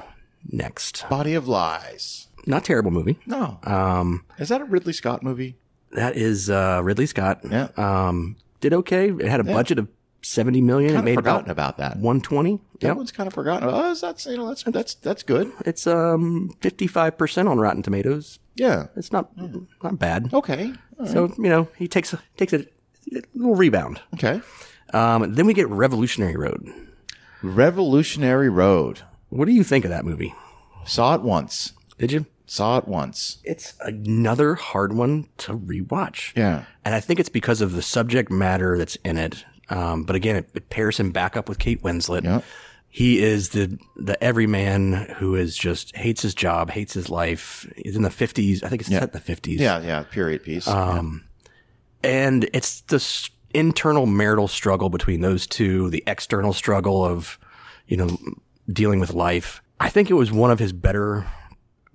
Speaker 2: next.
Speaker 1: Body of Lies.
Speaker 2: Not terrible movie.
Speaker 1: No.
Speaker 2: Um
Speaker 1: Is that a Ridley Scott movie?
Speaker 2: that is uh Ridley Scott.
Speaker 1: Yeah.
Speaker 2: Um did okay. It had a budget of 70 million.
Speaker 1: Kind
Speaker 2: it
Speaker 1: of
Speaker 2: made
Speaker 1: forgotten
Speaker 2: about
Speaker 1: about that.
Speaker 2: 120.
Speaker 1: That
Speaker 2: Yep.
Speaker 1: one's kind of forgotten. Oh, is that's you know that's that's that's good.
Speaker 2: It's um 55% on Rotten Tomatoes.
Speaker 1: Yeah.
Speaker 2: It's not
Speaker 1: Hmm.
Speaker 2: not bad.
Speaker 1: Okay. All right.
Speaker 2: So you know he takes a, takes a, a little rebound.
Speaker 1: Okay.
Speaker 2: Um, then we get Revolutionary Road.
Speaker 1: Revolutionary Road.
Speaker 2: What do you think of that movie?
Speaker 1: Saw it once.
Speaker 2: Did you?
Speaker 1: Saw it once.
Speaker 2: It's another hard one to rewatch.
Speaker 1: Yeah.
Speaker 2: and I think it's because of the subject matter that's in it. Um, but again, it, it pairs him back up with Kate Winslet.
Speaker 1: Yep.
Speaker 2: He is the the everyman who is just hates his job, hates his life. He's in the fifties. I think it's set in the fifties.
Speaker 1: Yeah. Yeah. Period piece.
Speaker 2: and it's the s- internal marital struggle between those two, the external struggle of, you know, dealing with life. I think it was one of his better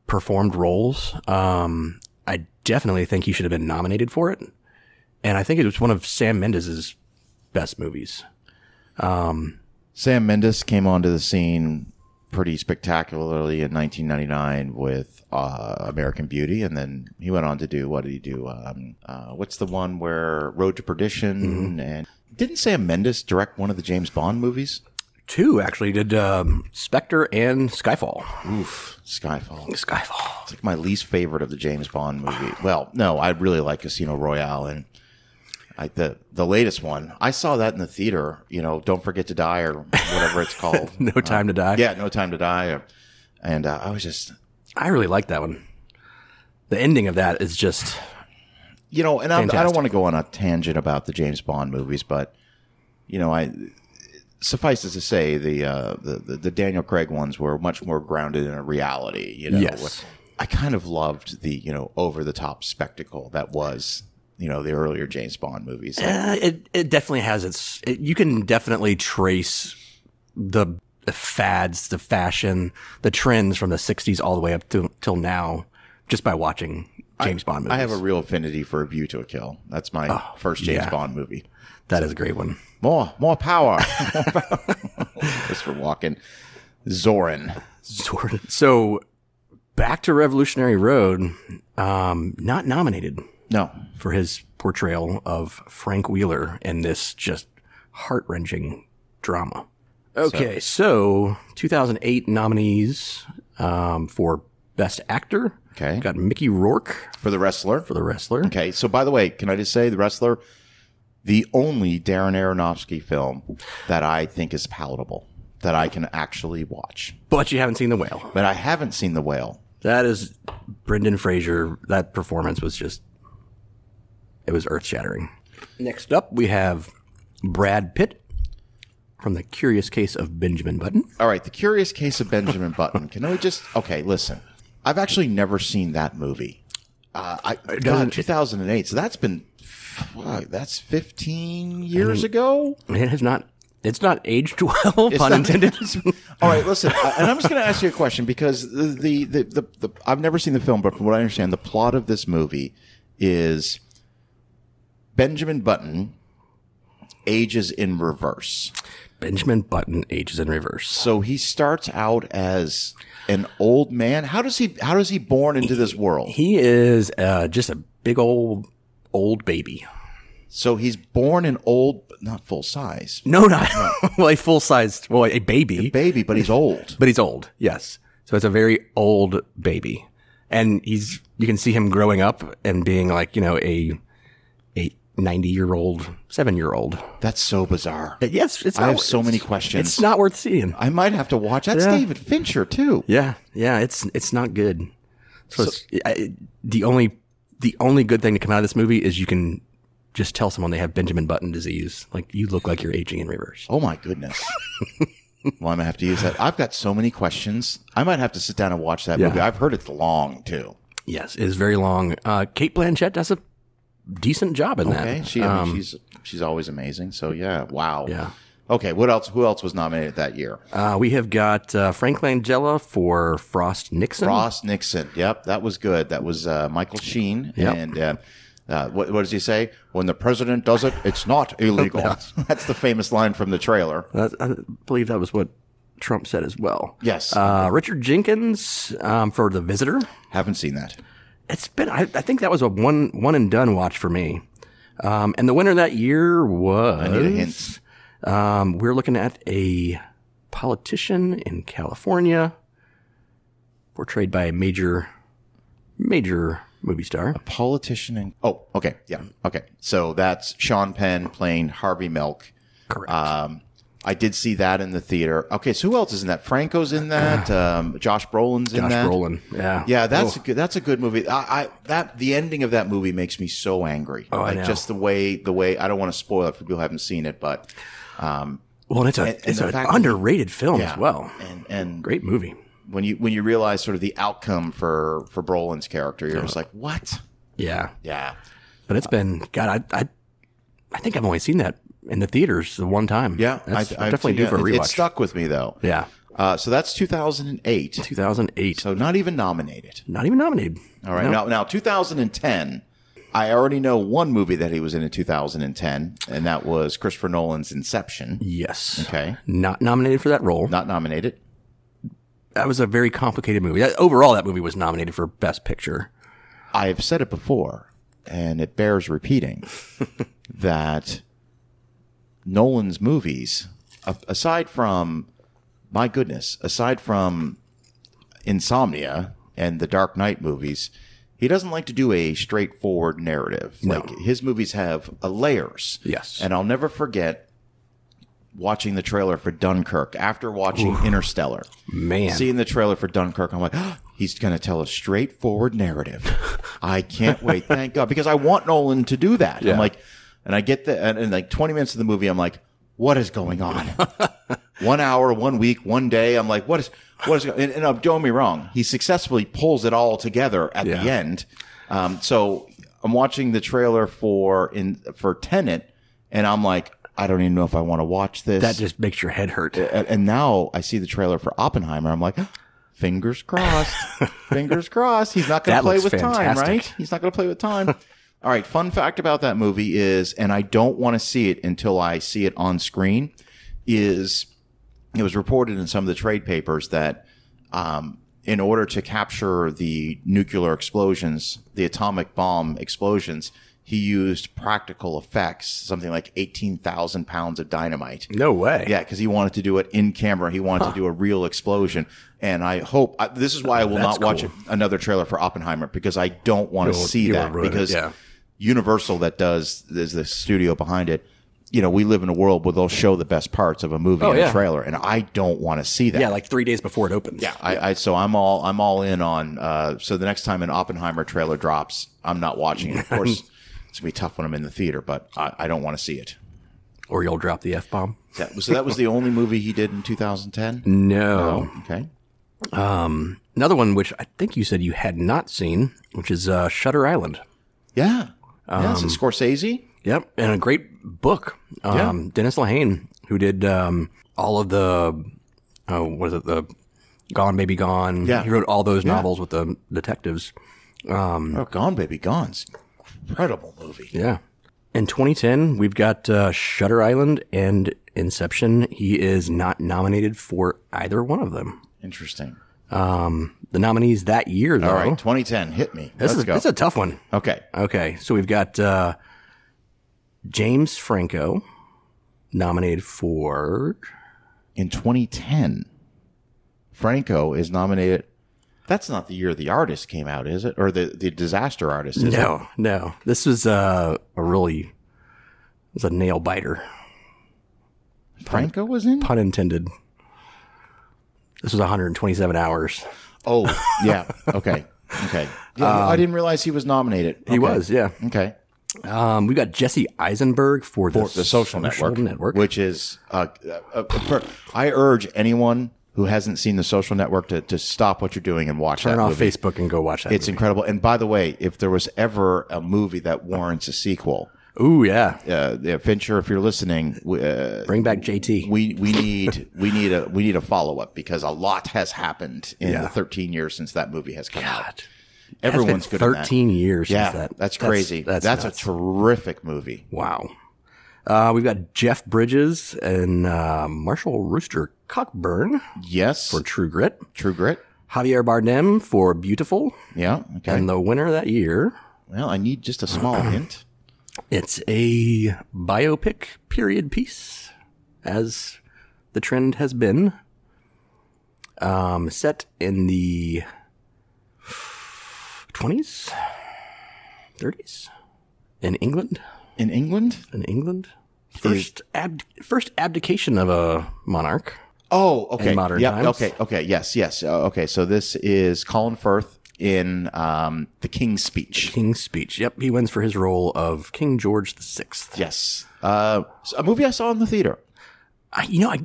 Speaker 2: performed roles. Um, I definitely think he should have been nominated for it, and I think it was one of Sam Mendes's best movies.
Speaker 1: Sam Mendes came onto the scene pretty spectacularly in 1999 with uh, American Beauty, and then he went on to do what did he do? Um, uh, what's the one where Road to Perdition? And didn't Sam Mendes direct one of the James Bond movies?
Speaker 2: Two actually did um, Spectre and Skyfall.
Speaker 1: Oof, Skyfall.
Speaker 2: Skyfall.
Speaker 1: It's like my least favorite of the James Bond movie. Well, no, I really like Casino Royale and. I, the the latest one I saw that in the theater. You know, don't forget to die or whatever it's called.
Speaker 2: No Time to Die.
Speaker 1: yeah, no time to die. Or, and uh, I was just,
Speaker 2: I really like that one. The ending of that is just
Speaker 1: you know, and I'm, I don't
Speaker 2: Fantastic.
Speaker 1: want to go on a tangent about the James Bond movies, but you know, I suffice it to say the uh, the, the the Daniel Craig ones were much more grounded in a reality. You know,
Speaker 2: Yes.
Speaker 1: I kind of loved the you know over the top spectacle that was you know the earlier James Bond movies.
Speaker 2: Uh, it it definitely has its. It, you can definitely trace the, the fads, the fashion, the trends from the '60s all the way up to till now, just by watching James Bond movies.
Speaker 1: I have a real affinity for A View to a Kill. That's my first James
Speaker 2: Oh, yeah.
Speaker 1: Bond movie.
Speaker 2: that is a great one.
Speaker 1: More, more power. Just for walking. Zorin.
Speaker 2: Sort of. So back to Revolutionary Road, um, not nominated
Speaker 1: No,
Speaker 2: for his portrayal of Frank Wheeler in this just heart wrenching drama. Okay, so, 2008 nominees um, for Best Actor.
Speaker 1: Okay.
Speaker 2: Got Mickey Rourke
Speaker 1: for the wrestler.
Speaker 2: for The Wrestler.
Speaker 1: Okay, so by the way, can I just say the wrestler, the only Darren Aronofsky film that I think is palatable that I can actually watch,
Speaker 2: But you haven't seen The Whale.
Speaker 1: but I haven't seen The Whale.
Speaker 2: That is Brendan Fraser. That performance was just, it was earth shattering. Next up, we have Brad Pitt from The Curious Case of Benjamin Button.
Speaker 1: All right, The Curious Case of Benjamin Button. Can we just okay? Listen, I've actually never seen that movie. Uh, I God,
Speaker 2: doesn't-
Speaker 1: 2008. So that's been fuck, that's 15 years ago.
Speaker 2: It has not, it's not aged well, pun
Speaker 1: not-
Speaker 2: intended.
Speaker 1: All right, listen, I- and I'm just going to ask you a question because the the, the, the the I've never seen the film, but from what I understand, the plot of this movie is Benjamin Button ages in reverse.
Speaker 2: Benjamin Button ages in reverse.
Speaker 1: So he starts out as an old man. How does he how does he born into this world?
Speaker 2: He is uh, just a big old, old baby.
Speaker 1: So he's born an old, not full size
Speaker 2: No, not well, a full sized, well, a baby,
Speaker 1: baby, but he's old.
Speaker 2: but he's old. Yes. So it's a very old baby. And he's, you can see him growing up and being like, you know, a, a 90 year old, seven year old.
Speaker 1: That's so bizarre.
Speaker 2: Yes. It's
Speaker 1: I
Speaker 2: not
Speaker 1: have
Speaker 2: worth-
Speaker 1: so many questions.
Speaker 2: It's not worth seeing.
Speaker 1: I might have to watch. That's David Fincher too.
Speaker 2: Yeah. Yeah. It's, it's not good. So, it's, I, it- the only, the only good thing to come out of this movie is you can just tell someone they have Benjamin Button disease. Like you look like you're aging in reverse.
Speaker 1: Oh my goodness. well, I'm gonna have to use that. I've got so many questions. I might have to sit down and watch that movie. I've heard it's long too.
Speaker 2: Yes. It is very long. Uh, Kate Blanchett does a decent job in that.
Speaker 1: Okay, she, I mean, she's she's always amazing. So yeah, wow.
Speaker 2: um, Yeah.
Speaker 1: Okay, what else? Who else was nominated that year?
Speaker 2: Uh, we have got uh, Frank Langella for Frost Nixon.
Speaker 1: Ross Nixon. Yep, that was good. That was uh, Michael Sheen.
Speaker 2: Yep.
Speaker 1: And uh, uh, what, what does he say? When the president does it, it's not illegal. That's the famous line from the trailer.
Speaker 2: That- Uh, I believe that was what Trump said as well.
Speaker 1: Yes.
Speaker 2: Uh, Richard Jenkins um, for The Visitor.
Speaker 1: Haven't seen that.
Speaker 2: It's been, I, I think that was a one one and done watch for me. Um, and the winner that year was.
Speaker 1: Need a hint.
Speaker 2: Um, we're looking at a politician in California, portrayed by a major, major movie star.
Speaker 1: Politician and oh, okay, yeah, okay. So that's Sean Penn playing Harvey Milk.
Speaker 2: Correct.
Speaker 1: Um, I did see that in the theater. Okay, so who else is in that? Franco's in that. Um, Josh Brolin's in
Speaker 2: Josh
Speaker 1: that.
Speaker 2: Brolin. Yeah.
Speaker 1: Yeah, that's a good, that's a good movie. I, I that the ending of that movie makes me so angry.
Speaker 2: Oh, I
Speaker 1: like
Speaker 2: know.
Speaker 1: just the way the way I don't want to spoil it for people who haven't seen it, but
Speaker 2: Well, and it's a
Speaker 1: and
Speaker 2: it's
Speaker 1: the
Speaker 2: an
Speaker 1: fact that-
Speaker 2: underrated film
Speaker 1: yeah.
Speaker 2: as well.
Speaker 1: and and
Speaker 2: Great movie.
Speaker 1: when you when you realize sort of the outcome for for Brolin's character, you're just like, what?
Speaker 2: Yeah,
Speaker 1: Yeah,
Speaker 2: but it's been God. I I, I think I've only seen that in the theaters the one time.
Speaker 1: yeah,
Speaker 2: That's
Speaker 1: I- I-
Speaker 2: definitely due
Speaker 1: yeah,
Speaker 2: for a
Speaker 1: it- It
Speaker 2: rewatch.
Speaker 1: stuck with me though.
Speaker 2: yeah,
Speaker 1: Uh, so that's 2008.
Speaker 2: 2008.
Speaker 1: So not even nominated.
Speaker 2: Not even nominated.
Speaker 1: All right. Now, now 2010. I already know one movie that he was in in 2010, and that was Christopher Nolan's Inception.
Speaker 2: Yes.
Speaker 1: Okay.
Speaker 2: Not nominated for that role.
Speaker 1: Not nominated.
Speaker 2: That was a very complicated movie. That, overall, that movie was nominated for Best Picture.
Speaker 1: I've said it before, and it bears repeating that Nolan's movies, a- aside from, my goodness, aside from Insomnia and the Dark Knight movies, he doesn't like to do a straightforward narrative. Like his movies have uh, layers.
Speaker 2: Yes.
Speaker 1: And I'll never forget watching the trailer for Dunkirk after watching Interstellar.
Speaker 2: Man,
Speaker 1: Seeing the trailer for Dunkirk, I'm like, he's going to tell a straightforward narrative. I can't wait. Thank God. Because I want Nolan to do that. I'm like, and I get the, and, and like 20 minutes of the movie, I'm like, what is going on? one hour, one week, one day. I'm like, what is, what is, and, and uh, don't get me wrong. He successfully pulls it all together at the
Speaker 2: Yeah.
Speaker 1: end. Um, so I'm watching the trailer for, in, for Tenet, and I'm like, I don't even know if I want to watch this
Speaker 2: that just makes your head hurt.
Speaker 1: and, and now I see the trailer for Oppenheimer. I'm like, fingers crossed. fingers crossed. He's not going to
Speaker 2: That
Speaker 1: play
Speaker 2: looks
Speaker 1: with time,
Speaker 2: fantastic.
Speaker 1: right? He's not going to play with time. All right. Fun fact about that movie is, and I don't want to see it until I see it on screen, is it was reported in some of the trade papers that um, in order to capture the nuclear explosions, the atomic bomb explosions, he used practical effects, something like 18,000 pounds of dynamite.
Speaker 2: No way.
Speaker 1: Yeah, because he wanted to do it in camera. He wanted to do a real explosion. And I hope I, this is why I will
Speaker 2: That's
Speaker 1: not watch
Speaker 2: cool.
Speaker 1: a- another trailer for Oppenheimer because I don't want to
Speaker 2: You'll-
Speaker 1: see
Speaker 2: you will
Speaker 1: that
Speaker 2: ruin it,
Speaker 1: because
Speaker 2: yeah.
Speaker 1: Universal that does is the studio behind it. You know, we live in a world where they'll show the best parts of a movie in
Speaker 2: Oh, yeah.
Speaker 1: a trailer, and I don't want to see that.
Speaker 2: Yeah, like three days before it opens.
Speaker 1: Yeah, I, I so I'm all I'm all in on. Uh, so the next time an Oppenheimer trailer drops, I'm not watching it. Of course, it's gonna be tough when I'm in the theater, but I, I don't want to see it.
Speaker 2: Or you'll drop the F bomb.
Speaker 1: That was, so that was the only movie he did in 2010.
Speaker 2: No.
Speaker 1: Okay.
Speaker 2: Another one, which I think you said you had not seen, which is uh, Shutter Island.
Speaker 1: Yeah. yeah,
Speaker 2: Um,
Speaker 1: it's a Scorsese.
Speaker 2: Yep, and a great book. Um, Dennis Lehane, who did um, all of the, oh, what is it, the Gone Baby Gone.
Speaker 1: Yeah.
Speaker 2: He wrote all those novels with the detectives.
Speaker 1: Oh, Gone Baby Gone's incredible movie.
Speaker 2: Yeah. In 2010, we've got uh, Shutter Island and Inception. He is not nominated for either one of them.
Speaker 1: Interesting.
Speaker 2: The nominees that year, though.
Speaker 1: All right, 2010, hit me.
Speaker 2: This
Speaker 1: Let's
Speaker 2: is
Speaker 1: go.
Speaker 2: this is a tough one.
Speaker 1: okay.
Speaker 2: Okay, so we've got uh, James Franco nominated for
Speaker 1: In 2010, Franco is nominated. That's not the year the artist came out, is it? Or the, the disaster artist, is it?
Speaker 2: No, no. This was uh, a really it was a nail biter,
Speaker 1: Franco was in?
Speaker 2: pun intended. This was 127 hours.
Speaker 1: Oh, yeah. Okay. Okay. Yeah, I didn't realize he was nominated.
Speaker 2: Um, He was, yeah.
Speaker 1: Okay.
Speaker 2: Um, we got Jesse Eisenberg for,
Speaker 1: for the social, network,
Speaker 2: network.
Speaker 1: which is uh, uh, uh, I urge anyone who hasn't seen the social network to, to stop what you're doing and watch
Speaker 2: Turn
Speaker 1: that
Speaker 2: off
Speaker 1: movie.
Speaker 2: Facebook and go watch that.
Speaker 1: It's incredible. And by the way, if there was ever a movie that warrants a sequel,
Speaker 2: Ooh, yeah.
Speaker 1: uh, yeah, Fincher, if you're listening, w- uh,
Speaker 2: Bring back JT.
Speaker 1: we we need we need a we need a follow up because a lot has happened in the 13 years since that movie has come out.
Speaker 2: God,
Speaker 1: Everyone's
Speaker 2: it's been
Speaker 1: good. at that.
Speaker 2: 13 years.
Speaker 1: Yeah,
Speaker 2: since that.
Speaker 1: that's crazy. That's,
Speaker 2: That's,
Speaker 1: a
Speaker 2: nuts.
Speaker 1: terrific movie.
Speaker 2: wow. Uh, we've got Jeff Bridges and uh, Marshall Rooster Cockburn
Speaker 1: Yes,
Speaker 2: for True Grit.
Speaker 1: True Grit.
Speaker 2: Javier Bardem for Beautiful.
Speaker 1: Yeah. Okay.
Speaker 2: And the winner that year,
Speaker 1: Well, I need just a small hint.
Speaker 2: it's a biopic period piece, as the trend has been. Um, set in the 20s, 30s, in England.
Speaker 1: In England?
Speaker 2: In England, first abd- first abdication of a monarch.
Speaker 1: Oh, okay.
Speaker 2: In modern
Speaker 1: yeah,
Speaker 2: times.
Speaker 1: okay, okay. Yes, yes. Uh, okay, so this is Colin Firth in um, The King's Speech.
Speaker 2: King's speech. Yep, he wins for his role of King George the Sixth.
Speaker 1: Yes. Uh, s- a movie I saw in the theater.
Speaker 2: I, you know, I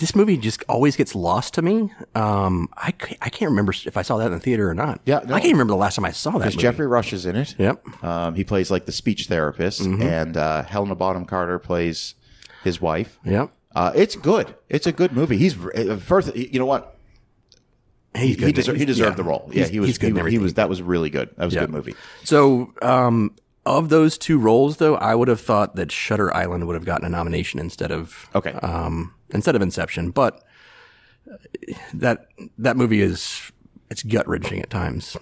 Speaker 2: this movie just always gets lost to me. Um, I ca- I can't remember if I saw that in the theater or not.
Speaker 1: Yeah, no.
Speaker 2: I can't remember the last time I saw that. Movie.
Speaker 1: Jeffrey Rush is in it.
Speaker 2: Yep.
Speaker 1: Um, he plays like the speech therapist,
Speaker 2: Mm-hmm.
Speaker 1: and uh, Helena Bonham Carter plays his wife.
Speaker 2: Yep.
Speaker 1: Uh, it's good. It's a good movie. He's uh, Firth. You know what?
Speaker 2: He's
Speaker 1: He, deser- he deserved
Speaker 2: Yeah.
Speaker 1: the role. Yeah,
Speaker 2: He's-
Speaker 1: he was.
Speaker 2: he's good
Speaker 1: he
Speaker 2: in
Speaker 1: was- he
Speaker 2: everything.
Speaker 1: was. That was really good. That was a good movie.
Speaker 2: So, um, of those two roles, though, I would have thought that Shutter Island would have gotten a nomination instead of
Speaker 1: Okay.
Speaker 2: um, instead of Inception. But uh, that that movie is it's gut wrenching at times.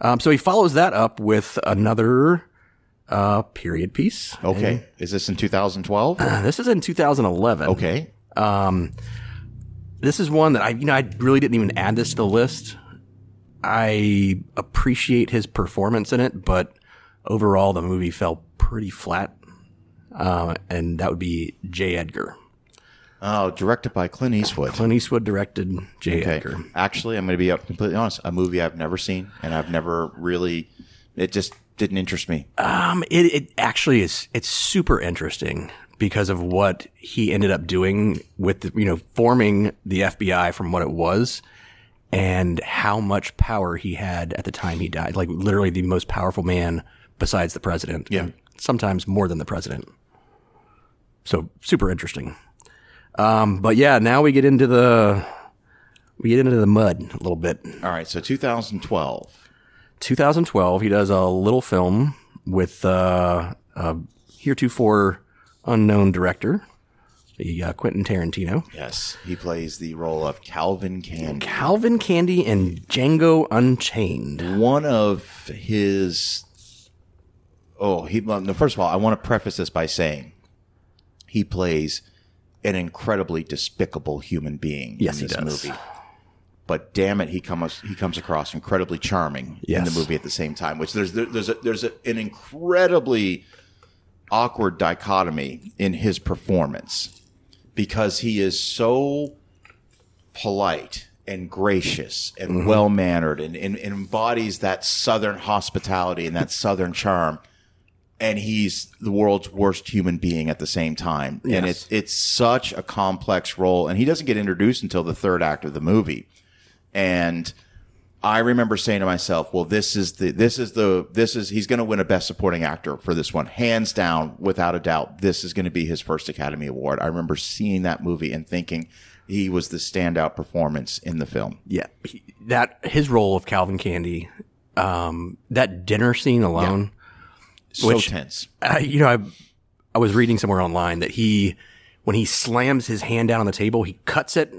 Speaker 2: Um, so he follows that up with another uh, period piece.
Speaker 1: okay. Is this in 2012?
Speaker 2: Uh, This is in 2011.
Speaker 1: okay.
Speaker 2: This is one that I, you know, I really didn't even add this to the list. I appreciate his performance in it, but overall, the movie fell pretty flat. Uh, and that would be J. Edgar.
Speaker 1: Oh, directed by Clint Eastwood.
Speaker 2: Clint Eastwood directed J.
Speaker 1: Okay.
Speaker 2: Edgar.
Speaker 1: Actually, I'm going to be up completely honest. A movie I've never seen, and I've never really. It just didn't interest me.
Speaker 2: Um, it, it actually is, it's super interesting because of what he ended up doing with, the, you know, forming the FBI from what it was and how much power he had at the time he died. Like literally the most powerful man besides the president.
Speaker 1: Yeah.
Speaker 2: Sometimes more than the president. So super interesting. Um, but yeah, now we get into the, we get into the mud a little bit.
Speaker 1: All right, so 2012.
Speaker 2: 2012, he does a little film with uh, a heretofore unknown director, the uh, Quentin Tarantino.
Speaker 1: Yes, he plays the role of Calvin Candy.
Speaker 2: Calvin Candy and Django Unchained.
Speaker 1: one of his oh he well, no, first of all i want to preface this by saying he plays an incredibly despicable human being
Speaker 2: Yes,
Speaker 1: in
Speaker 2: he
Speaker 1: this
Speaker 2: does.
Speaker 1: movie but damn it he comes he comes across incredibly charming in
Speaker 2: Yes.
Speaker 1: the movie at the same time which there's there, there's a, there's a, an incredibly awkward dichotomy in his performance because he is so polite and gracious and
Speaker 2: Mm-hmm.
Speaker 1: well mannered and, and, and embodies that southern hospitality and that southern charm. And he's the world's worst human being at the same time. And
Speaker 2: Yes.
Speaker 1: it's it's such a complex role. And he doesn't get introduced until the third act of the movie. And I remember saying to myself, well, this is the this is the this is he's gonna win a best supporting actor for this one. Hands down, without a doubt, this is gonna be his first Academy Award. I remember seeing that movie and thinking he was the standout performance in the film.
Speaker 2: Yeah, he, that his role of Calvin Candy, um, that dinner scene alone.
Speaker 1: So
Speaker 2: Which-
Speaker 1: tense.
Speaker 2: I, you know, I I was reading somewhere online that he, when he slams his hand down on the table, he cuts it,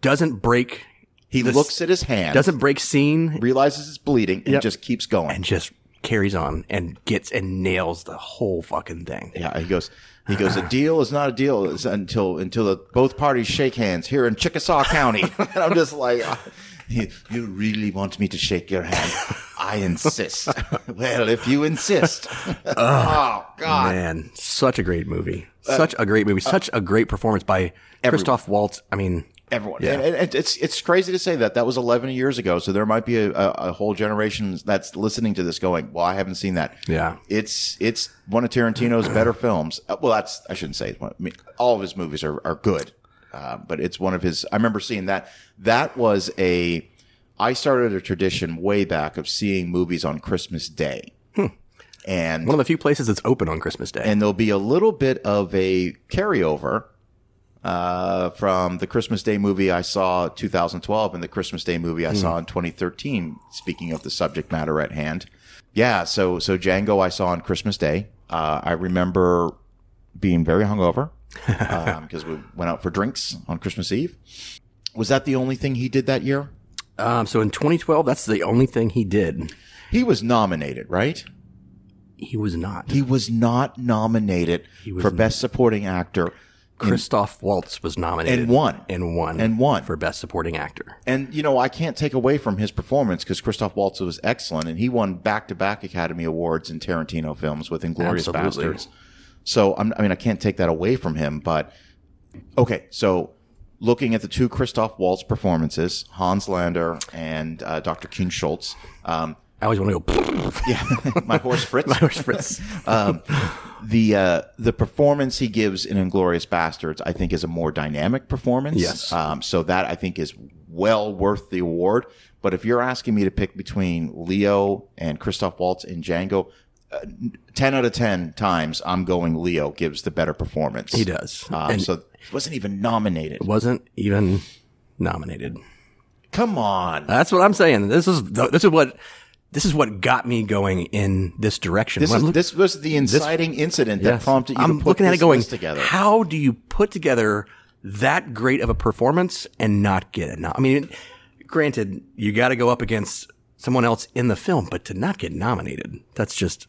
Speaker 2: doesn't break,
Speaker 1: He looks at his hand,
Speaker 2: doesn't break scene,
Speaker 1: realizes it's bleeding, and just keeps going.
Speaker 2: and just carries on and gets and nails the whole fucking thing.
Speaker 1: yeah, he goes. He goes. A deal is not a deal is until until the, both parties shake hands here in Chickasaw County. and I'm just like, "Ah, you, you really want me to shake your hand? I insist. well, if you insist. oh God. Uh,
Speaker 2: Man, such a great movie, such a great movie, such a great performance by Christoph Waltz. I mean,
Speaker 1: Everyone, and, and- and it's it's crazy to say that that was 11 years ago. So there might be a, a, a whole generation that's listening to this going, "Well, I haven't seen that."
Speaker 2: Yeah.
Speaker 1: it's it's one of Tarantino's better films. Uh, Well, that's I shouldn't say it's one. I mean, all of his movies are are good, uh, but it's one of his. I remember seeing that. That was a. I started a tradition way back of seeing movies on Christmas Day, and
Speaker 2: one of the few places that's open on Christmas Day.
Speaker 1: and there'll be a little bit of a carryover uh, from the Christmas Day movie I saw 2012 and the Christmas Day movie I saw in 2013. Speaking of the subject matter at hand, yeah. So so Django I saw on Christmas Day. Uh, I remember being very hungover because we went out for drinks on Christmas Eve. Was that the only thing he did that year?
Speaker 2: um, so in 2012, that's the only thing he did.
Speaker 1: He was nominated, right?
Speaker 2: He was not.
Speaker 1: He was not nominated
Speaker 2: was
Speaker 1: for Best Supporting Actor.
Speaker 2: Christoph Waltz was nominated
Speaker 1: And won.
Speaker 2: and won
Speaker 1: And won.
Speaker 2: for best supporting actor.
Speaker 1: And you know, I can't take away from his performance because Christoph Waltz was excellent, and he won back-to-back Academy Awards in Tarantino films with *Inglorious
Speaker 2: Absolutely.
Speaker 1: Bastards*. So, I'm, I mean, I can't take that away from him. But okay, so looking at the two Christoph Waltz performances, Hans Lander and uh, Dr. King Schultz, um,
Speaker 2: I always want to go.
Speaker 1: yeah, my horse Fritz,
Speaker 2: Fritz.
Speaker 1: um, the uh, the performance he gives in Inglorious Bastards, I think, is a more dynamic performance.
Speaker 2: Yes.
Speaker 1: Um, so that I think is well worth the award. But if you're asking me to pick between Leo and Christoph Waltz in Django, uh, ten out of ten times I'm going Leo gives the better performance.
Speaker 2: He does.
Speaker 1: Um,
Speaker 2: and
Speaker 1: so he wasn't even nominated.
Speaker 2: wasn't even nominated.
Speaker 1: Come on.
Speaker 2: That's what I'm saying. This is this is what this is what got me going in this direction.
Speaker 1: This,
Speaker 2: When
Speaker 1: is,
Speaker 2: I'm look-
Speaker 1: this was the inciting incident that
Speaker 2: yes.
Speaker 1: prompted you
Speaker 2: I'm
Speaker 1: to put
Speaker 2: looking at
Speaker 1: this
Speaker 2: it going.
Speaker 1: list together.
Speaker 2: How do you put together that great of a performance and not get it? Now, I mean, granted, you got to go up against someone else in the film, but to not get nominated, that's just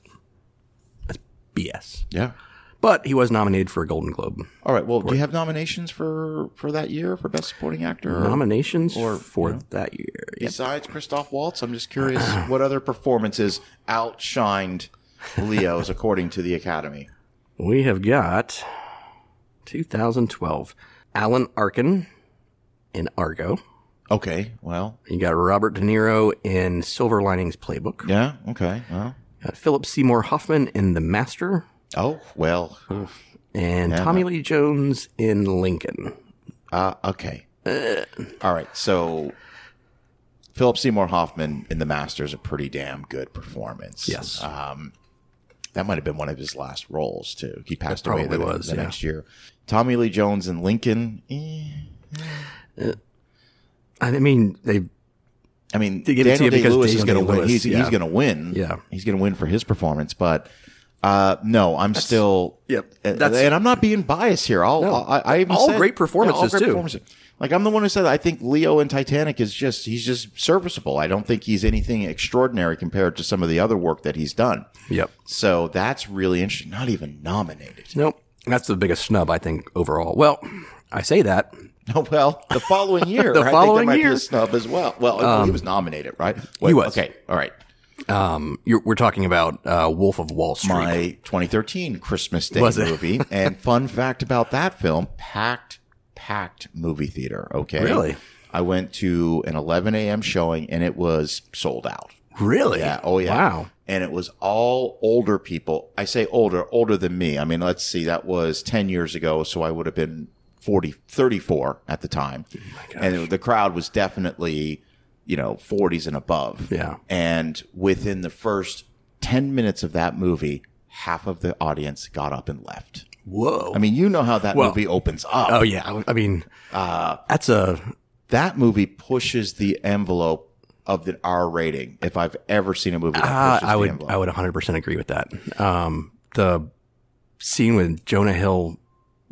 Speaker 2: that's BS.
Speaker 1: Yeah.
Speaker 2: But he was nominated for a Golden Globe.
Speaker 1: All right. Well, do you have nominations for for that year for best supporting actor? or-
Speaker 2: Nominations for that year. Yeah.
Speaker 1: besides Christoph Waltz, I'm just curious what other performances outshined Leo's according to the Academy.
Speaker 2: We have got 2012 Alan Arkin in Argo.
Speaker 1: Okay, well,
Speaker 2: You got Robert De Niro in Silver Linings Playbook.
Speaker 1: yeah, okay, well,
Speaker 2: Got Philip Seymour Hoffman in The Master.
Speaker 1: oh, well,
Speaker 2: And Tommy Lee Jones in Lincoln.
Speaker 1: uh, okay. All right, so Philip Seymour Hoffman in The Master is a pretty damn good performance. Um,
Speaker 2: Yes.
Speaker 1: that might have been one of his last roles too. He passed away the,
Speaker 2: probably was,
Speaker 1: the
Speaker 2: yeah.
Speaker 1: next year. Tommy Lee Jones and Lincoln. eh, eh.
Speaker 2: I mean, they
Speaker 1: I mean,
Speaker 2: They give it to
Speaker 1: Daniel
Speaker 2: you
Speaker 1: Day
Speaker 2: because
Speaker 1: Lewis is
Speaker 2: Daniel
Speaker 1: going to win.
Speaker 2: Day-Lewis,
Speaker 1: He's, he's
Speaker 2: yeah.
Speaker 1: going to win.
Speaker 2: Yeah.
Speaker 1: he's going to win for his performance. But uh, no, I'm still.
Speaker 2: yep,
Speaker 1: uh,
Speaker 2: that's-
Speaker 1: and I'm not being biased here. I'll,
Speaker 2: No.
Speaker 1: I, I even
Speaker 2: All
Speaker 1: said-
Speaker 2: great performances, too.
Speaker 1: Like I'm the one who said I think Leo in Titanic is just he's just serviceable. I don't think he's anything extraordinary compared to some of the other work that he's done.
Speaker 2: Yep.
Speaker 1: So that's really interesting. Not even nominated.
Speaker 2: Nope. That's the biggest snub I think overall. Well, I say that.
Speaker 1: Oh well, the following year,
Speaker 2: The
Speaker 1: I
Speaker 2: following
Speaker 1: think there might
Speaker 2: year. Um,
Speaker 1: be a snub as well. Well, he was nominated, right? Wait,
Speaker 2: was.
Speaker 1: okay. All right.
Speaker 2: Um, you're, we're talking about uh, Wolf of Wall Street.
Speaker 1: my 2013 Christmas Day
Speaker 2: Was it?
Speaker 1: movie. and fun fact about that film: packed, packed movie theater. Okay,
Speaker 2: Really?
Speaker 1: I went to an 11 a.m. showing and it was sold out.
Speaker 2: really?
Speaker 1: Yeah. Oh yeah.
Speaker 2: Wow.
Speaker 1: And it was all older people. I say older, older than me. I mean, let's see, that was 10 years ago. So I would have been 40, 34 at the time.
Speaker 2: Oh,
Speaker 1: and the crowd was definitely, you know, 40s and above.
Speaker 2: Yeah.
Speaker 1: And within the first 10 minutes of that movie, half of the audience got up and left.
Speaker 2: Whoa.
Speaker 1: I mean, you know how that
Speaker 2: Well-
Speaker 1: movie opens up.
Speaker 2: oh yeah. I, I mean,
Speaker 1: Uh,
Speaker 2: that's a
Speaker 1: that movie pushes the envelope of the R rating. If I've ever seen a movie that
Speaker 2: Uh,
Speaker 1: pushes
Speaker 2: I
Speaker 1: the
Speaker 2: would
Speaker 1: envelope.
Speaker 2: I would 100 percent agree with that. Um, the scene with Jonah Hill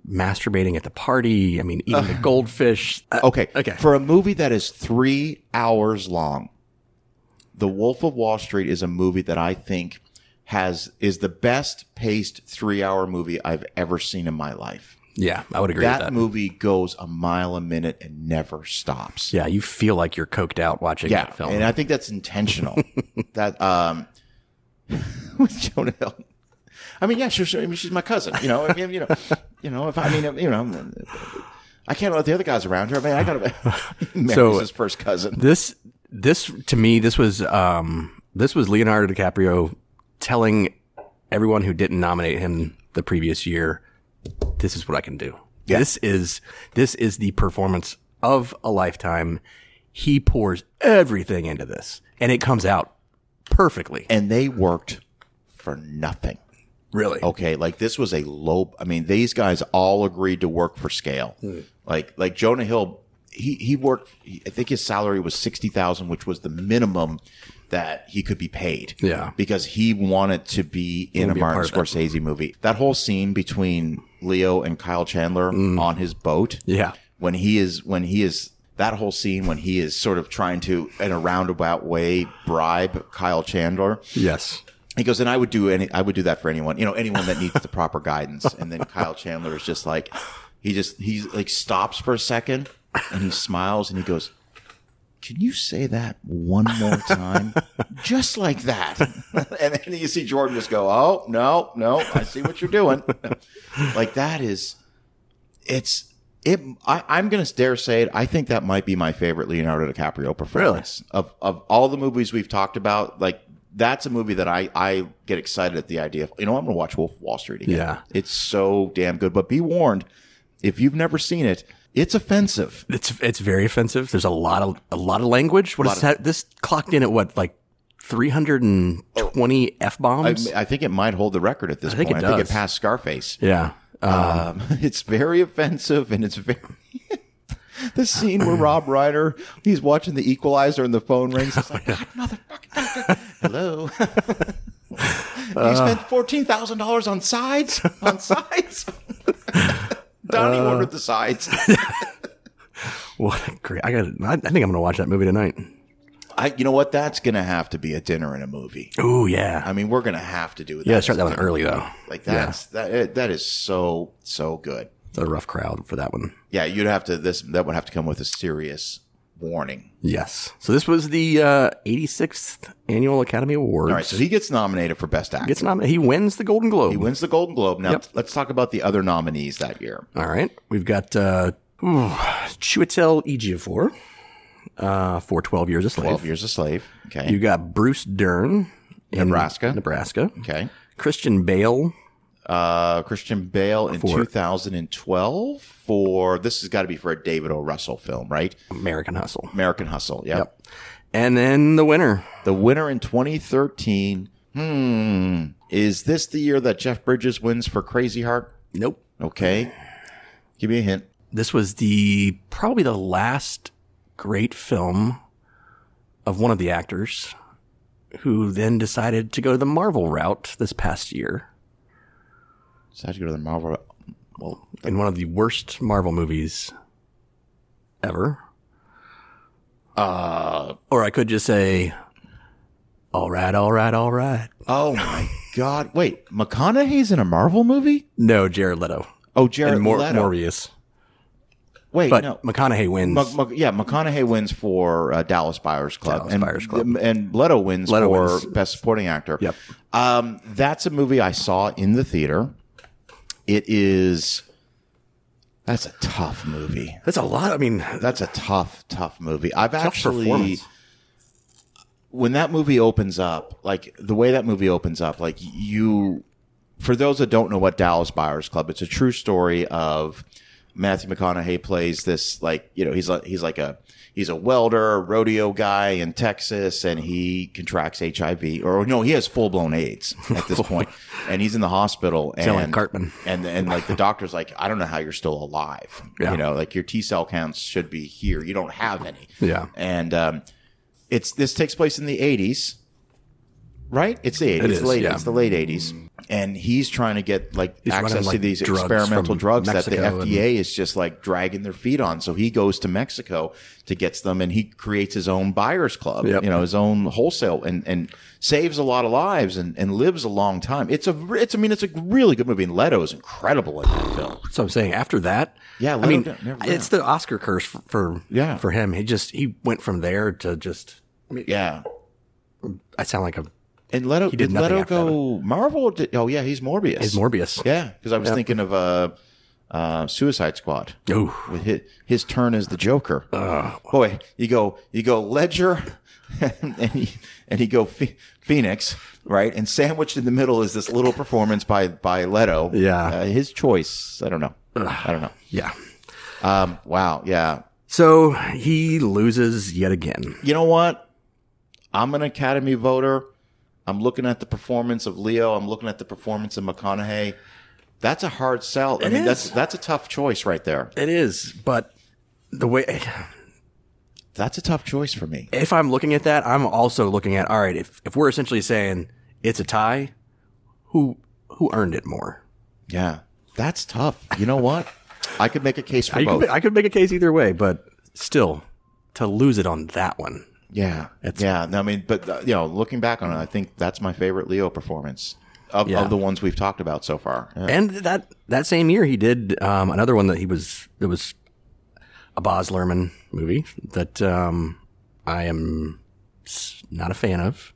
Speaker 2: masturbating at the party. I mean, eating the goldfish. Uh,
Speaker 1: Okay.
Speaker 2: Okay.
Speaker 1: For a movie that is three hours long, The Wolf of Wall Street is a movie that I think has is the best paced three hour movie I've ever seen in my life.
Speaker 2: yeah, I would agree
Speaker 1: That,
Speaker 2: with that.
Speaker 1: movie goes a mile a minute and never stops.
Speaker 2: yeah, you feel like you're coked out watching
Speaker 1: Yeah,
Speaker 2: that film.
Speaker 1: and I think that's intentional. that um, with Jonah Hill. I mean, yeah, sure, sure. I mean, she's my cousin. You know, I mean, you know, you know. If I mean, you know, I can't let the other guys around her. I mean, I gotta. Mary's
Speaker 2: So-
Speaker 1: his first cousin.
Speaker 2: this this to me this was um this was Leonardo DiCaprio telling everyone who didn't nominate him the previous year this is what I can do. This is this is the performance of a lifetime. He pours everything into this and it comes out perfectly.
Speaker 1: and they worked for nothing.
Speaker 2: Really?
Speaker 1: Okay, like this was a low. I mean, these guys all agreed to work for scale.
Speaker 2: Hmm.
Speaker 1: Like, like Jonah Hill, he he worked. he- I think his salary was sixty thousand, which was the minimum that he could be paid.
Speaker 2: Yeah.
Speaker 1: because he wanted to be in a
Speaker 2: be a
Speaker 1: Martin
Speaker 2: part of that.
Speaker 1: Scorsese movie. That whole scene between Leo and Kyle Chandler on his boat
Speaker 2: Hmm. Yeah.
Speaker 1: when he is when he is that whole scene when he is sort of trying to in a roundabout way bribe Kyle Chandler.
Speaker 2: Yes.
Speaker 1: He goes, and I would do any, I would do that for anyone, you know, anyone that needs the proper guidance. And then Kyle Chandler is just like, he just, he like stops for a second and he smiles and he goes, can you say that one more time? just like that. and then you see Jordan just go, oh, no, no, I see what you're doing. like that is, it's, it, I, I'm going to dare say it. I think that might be my favorite Leonardo DiCaprio performance of, of all the movies we've talked about. Like that's a movie that I, I get excited at the idea of, you know, I'm going to watch Wolf of Wall Street again.
Speaker 2: Yeah.
Speaker 1: It's so damn good, but be warned if you've never seen it, it's offensive.
Speaker 2: It's it's very offensive. There's a lot of a lot of language. What is that? This clocked in at what like 320 f
Speaker 1: I,
Speaker 2: bombs.
Speaker 1: I think it might hold the record at this
Speaker 2: think
Speaker 1: point.
Speaker 2: it
Speaker 1: I think it
Speaker 2: does.
Speaker 1: passed Scarface.
Speaker 2: Yeah.
Speaker 1: Um, it's very offensive and it's very. the scene where Rob Reiner, he's watching the equalizer and the phone rings. It's like, God, motherfucker. Hello. you spent
Speaker 2: Uh.
Speaker 1: $14,000 on sides? On sides? Donnie
Speaker 2: Uh.
Speaker 1: ordered the sides.
Speaker 2: What a great! I got. I I think I'm gonna watch that movie tonight.
Speaker 1: I, you know what? That's going to have to be a dinner and a movie.
Speaker 2: Oh yeah,
Speaker 1: I mean, we're going to have to do that.
Speaker 2: yeah. Start that one early though.
Speaker 1: Like, that's, that, that is so, so good.
Speaker 2: It's a rough crowd for that one.
Speaker 1: Yeah, you'd have to this that would have to come with a serious warning.
Speaker 2: Yes. So this was the uh, 86th annual Academy Awards.
Speaker 1: All right, so he gets nominated for best actor.
Speaker 2: Gets nominated. He wins the Golden Globe.
Speaker 1: he wins the Golden Globe. Now let's talk about the other nominees that year.
Speaker 2: All right. We've got uh, ooh, Chiwetel Ejiofor uh, for 12 Years a Slave.
Speaker 1: Twelve Years a Slave. Okay.
Speaker 2: You got Bruce Dern, in
Speaker 1: Nebraska.
Speaker 2: Nebraska.
Speaker 1: okay.
Speaker 2: Christian Bale.
Speaker 1: Uh, Christian Bale in
Speaker 2: For-
Speaker 1: 2012 for this has got to be for a David O. Russell film, right?
Speaker 2: American Hustle.
Speaker 1: American Hustle. Yeah.
Speaker 2: Yep. And then the winner.
Speaker 1: The winner in 2013. Hmm. Is this the year that Jeff Bridges wins for Crazy Heart?
Speaker 2: Nope.
Speaker 1: Okay. Give me a hint.
Speaker 2: this was the probably the last great film of one of the actors who then decided to go the Marvel route this past year.
Speaker 1: Decided to go to the Marvel.
Speaker 2: Well, in one of the worst Marvel movies ever.
Speaker 1: Uh,
Speaker 2: Or I could just say, all right, all right, all right.
Speaker 1: oh my God. Wait, McConaughey's in a Marvel movie?
Speaker 2: No, Jared Leto.
Speaker 1: Oh, Jared
Speaker 2: and Mor-
Speaker 1: Leto.
Speaker 2: Morbius.
Speaker 1: Wait,
Speaker 2: But
Speaker 1: no.
Speaker 2: McConaughey wins.
Speaker 1: Mc- Mc- yeah, McConaughey wins for uh, Dallas Buyers Club,
Speaker 2: Dallas
Speaker 1: and,
Speaker 2: Buyers Club.
Speaker 1: and Leto wins
Speaker 2: Leto
Speaker 1: for
Speaker 2: wins.
Speaker 1: Best Supporting Actor.
Speaker 2: Yep.
Speaker 1: um, that's a movie I saw in the theater. It is. That's a tough movie.
Speaker 2: That's a lot. I mean,
Speaker 1: That's a tough, tough movie. I've
Speaker 2: tough
Speaker 1: actually
Speaker 2: performance.
Speaker 1: when that movie opens up, like the way that movie opens up, like you, for those that don't know what Dallas Buyers Club, it's a true story of Matthew McConaughey plays this like you know he's like he's like a he's a welder rodeo guy in Texas and he contracts HIV or no he has full blown AIDS at this point and he's in the hospital and
Speaker 2: like Cartman.
Speaker 1: and and like the doctor's like I don't know how you're still alive
Speaker 2: Yeah.
Speaker 1: you know like your T cell counts should be here you don't have any
Speaker 2: Yeah.
Speaker 1: and um, it's this takes place in the 80s right it's the 80s
Speaker 2: It is,
Speaker 1: the late,
Speaker 2: yeah.
Speaker 1: it's the late 80s and he's trying to get like
Speaker 2: He's running,
Speaker 1: access to
Speaker 2: like,
Speaker 1: these
Speaker 2: drugs
Speaker 1: experimental
Speaker 2: from
Speaker 1: drugs that
Speaker 2: Mexico
Speaker 1: the
Speaker 2: and-
Speaker 1: FDA is just like dragging their feet on so he goes to Mexico to get them and he creates his own buyers club
Speaker 2: Yep.
Speaker 1: you know his own wholesale and and saves a lot of lives and, and lives a long time it's a re- it's I mean it's a really good movie and Leto is incredible in that film
Speaker 2: So I'm saying after that,
Speaker 1: Yeah,
Speaker 2: I mean,
Speaker 1: Leto- never-
Speaker 2: it's the Oscar curse for, for
Speaker 1: Yeah.
Speaker 2: for him. He just he went from there to just. I mean,
Speaker 1: yeah
Speaker 2: I sound like a
Speaker 1: and Leto
Speaker 2: did
Speaker 1: did,
Speaker 2: nothing
Speaker 1: Leto
Speaker 2: after that
Speaker 1: go Marvel or did, oh yeah he's Morbius
Speaker 2: is Morbius.
Speaker 1: Yeah, because I was thinking of uh, uh, Suicide Squad
Speaker 2: Ooh.
Speaker 1: with his, his turn as the Joker. Boy, you go you go Ledger, and and you, and you go Phe- Phoenix, right? And sandwiched in the middle is this little performance by by Leto.
Speaker 2: Yeah.
Speaker 1: uh, his choice. I don't know. I don't know.
Speaker 2: yeah.
Speaker 1: Um, wow. Yeah.
Speaker 2: So he loses yet again.
Speaker 1: You know what? I'm an Academy voter. I'm looking at the performance of Leo. I'm looking at the performance of McConaughey. That's a hard sell. I
Speaker 2: It
Speaker 1: mean, that's
Speaker 2: is.
Speaker 1: that's a tough choice right there.
Speaker 2: It is, but the way
Speaker 1: That's a tough choice for me.
Speaker 2: if I'm looking at that, I'm also looking at all right. If if we're essentially saying it's a tie, who who earned it more?
Speaker 1: Yeah. That's tough. You know what? I could make a case for
Speaker 2: I
Speaker 1: both.
Speaker 2: could, I could make a case either way, but still, to lose it on that one,
Speaker 1: yeah. yeah. No, I mean, but, uh, you know, looking back on it, I think that's my favorite Leo performance of,
Speaker 2: Yeah.
Speaker 1: of the ones we've talked about so far. Yeah.
Speaker 2: and that that same year he did um, another one that he was it was a Boz Lerman movie that um, I am s- not a fan of.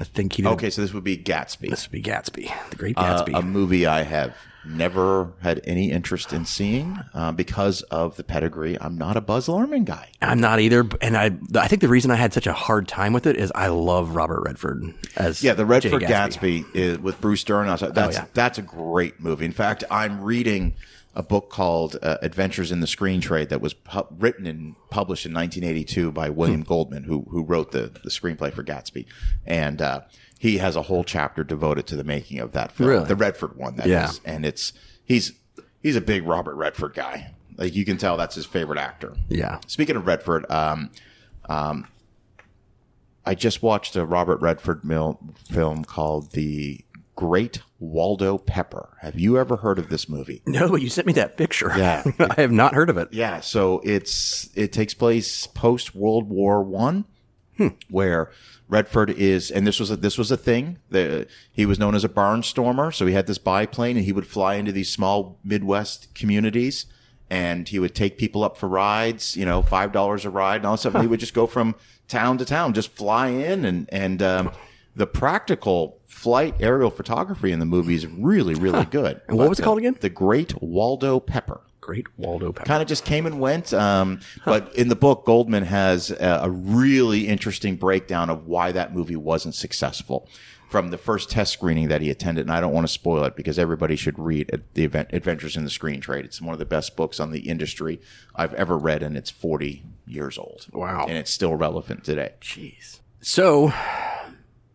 Speaker 2: I think he did.
Speaker 1: Okay. So this would be Gatsby,
Speaker 2: This would be Gatsby, the Great
Speaker 1: uh,
Speaker 2: Gatsby.
Speaker 1: a movie I have never had any interest in seeing uh, because of the pedigree. I'm not a Buzz Lerman guy.
Speaker 2: I'm not either, b- and I I think the reason I had such a hard time with it is I love Robert Redford as
Speaker 1: Yeah, the Redford
Speaker 2: Jay Oh,
Speaker 1: Gatsby, is, with Bruce Dern. That's that's,
Speaker 2: yeah.
Speaker 1: that's a great movie. In fact, I'm reading a book called uh, Adventures in the Screen Trade that was pu- written and published in 1982 by William
Speaker 2: Hmm.
Speaker 1: Goldman, who who wrote the the screenplay for Gatsby, and uh, he has a whole chapter devoted to the making of that film,
Speaker 2: Really?
Speaker 1: the Redford one. that is.
Speaker 2: Yeah.
Speaker 1: and it's he's he's a big Robert Redford guy. Like you can tell, that's his favorite actor.
Speaker 2: Yeah,
Speaker 1: Speaking of Redford, um, um, I just watched a Robert Redford mil- film called The Great Waldo Pepper. Have you ever heard of this movie?
Speaker 2: no, but you sent me that picture.
Speaker 1: Yeah.
Speaker 2: I have not heard of it.
Speaker 1: Yeah, so it's it takes place post World War One,
Speaker 2: Hmm.
Speaker 1: where Redford is, and this was a, this was a thing. The, he was known as a barnstormer, so he had this biplane, and he would fly into these small Midwest communities, and he would take people up for rides, you know, five dollars a ride, and all of a sudden he would just go from town to town, just fly in, and and um, the practical flight aerial photography in the movie is really really good.
Speaker 2: And what was
Speaker 1: But,
Speaker 2: it
Speaker 1: uh,
Speaker 2: called again?
Speaker 1: The Great Waldo Pepper
Speaker 2: Great Waldo Pepper.
Speaker 1: kind of just came and went. Um, But in the book, Goldman has a, a really interesting breakdown of why that movie wasn't successful from the first test screening that he attended. And I don't want to spoil it because everybody should read at the event Adventures in the Screen Trade. It's one of the best books on the industry I've ever read, and it's 40 years old.
Speaker 2: Wow.
Speaker 1: And it's still relevant today.
Speaker 2: Jeez. So,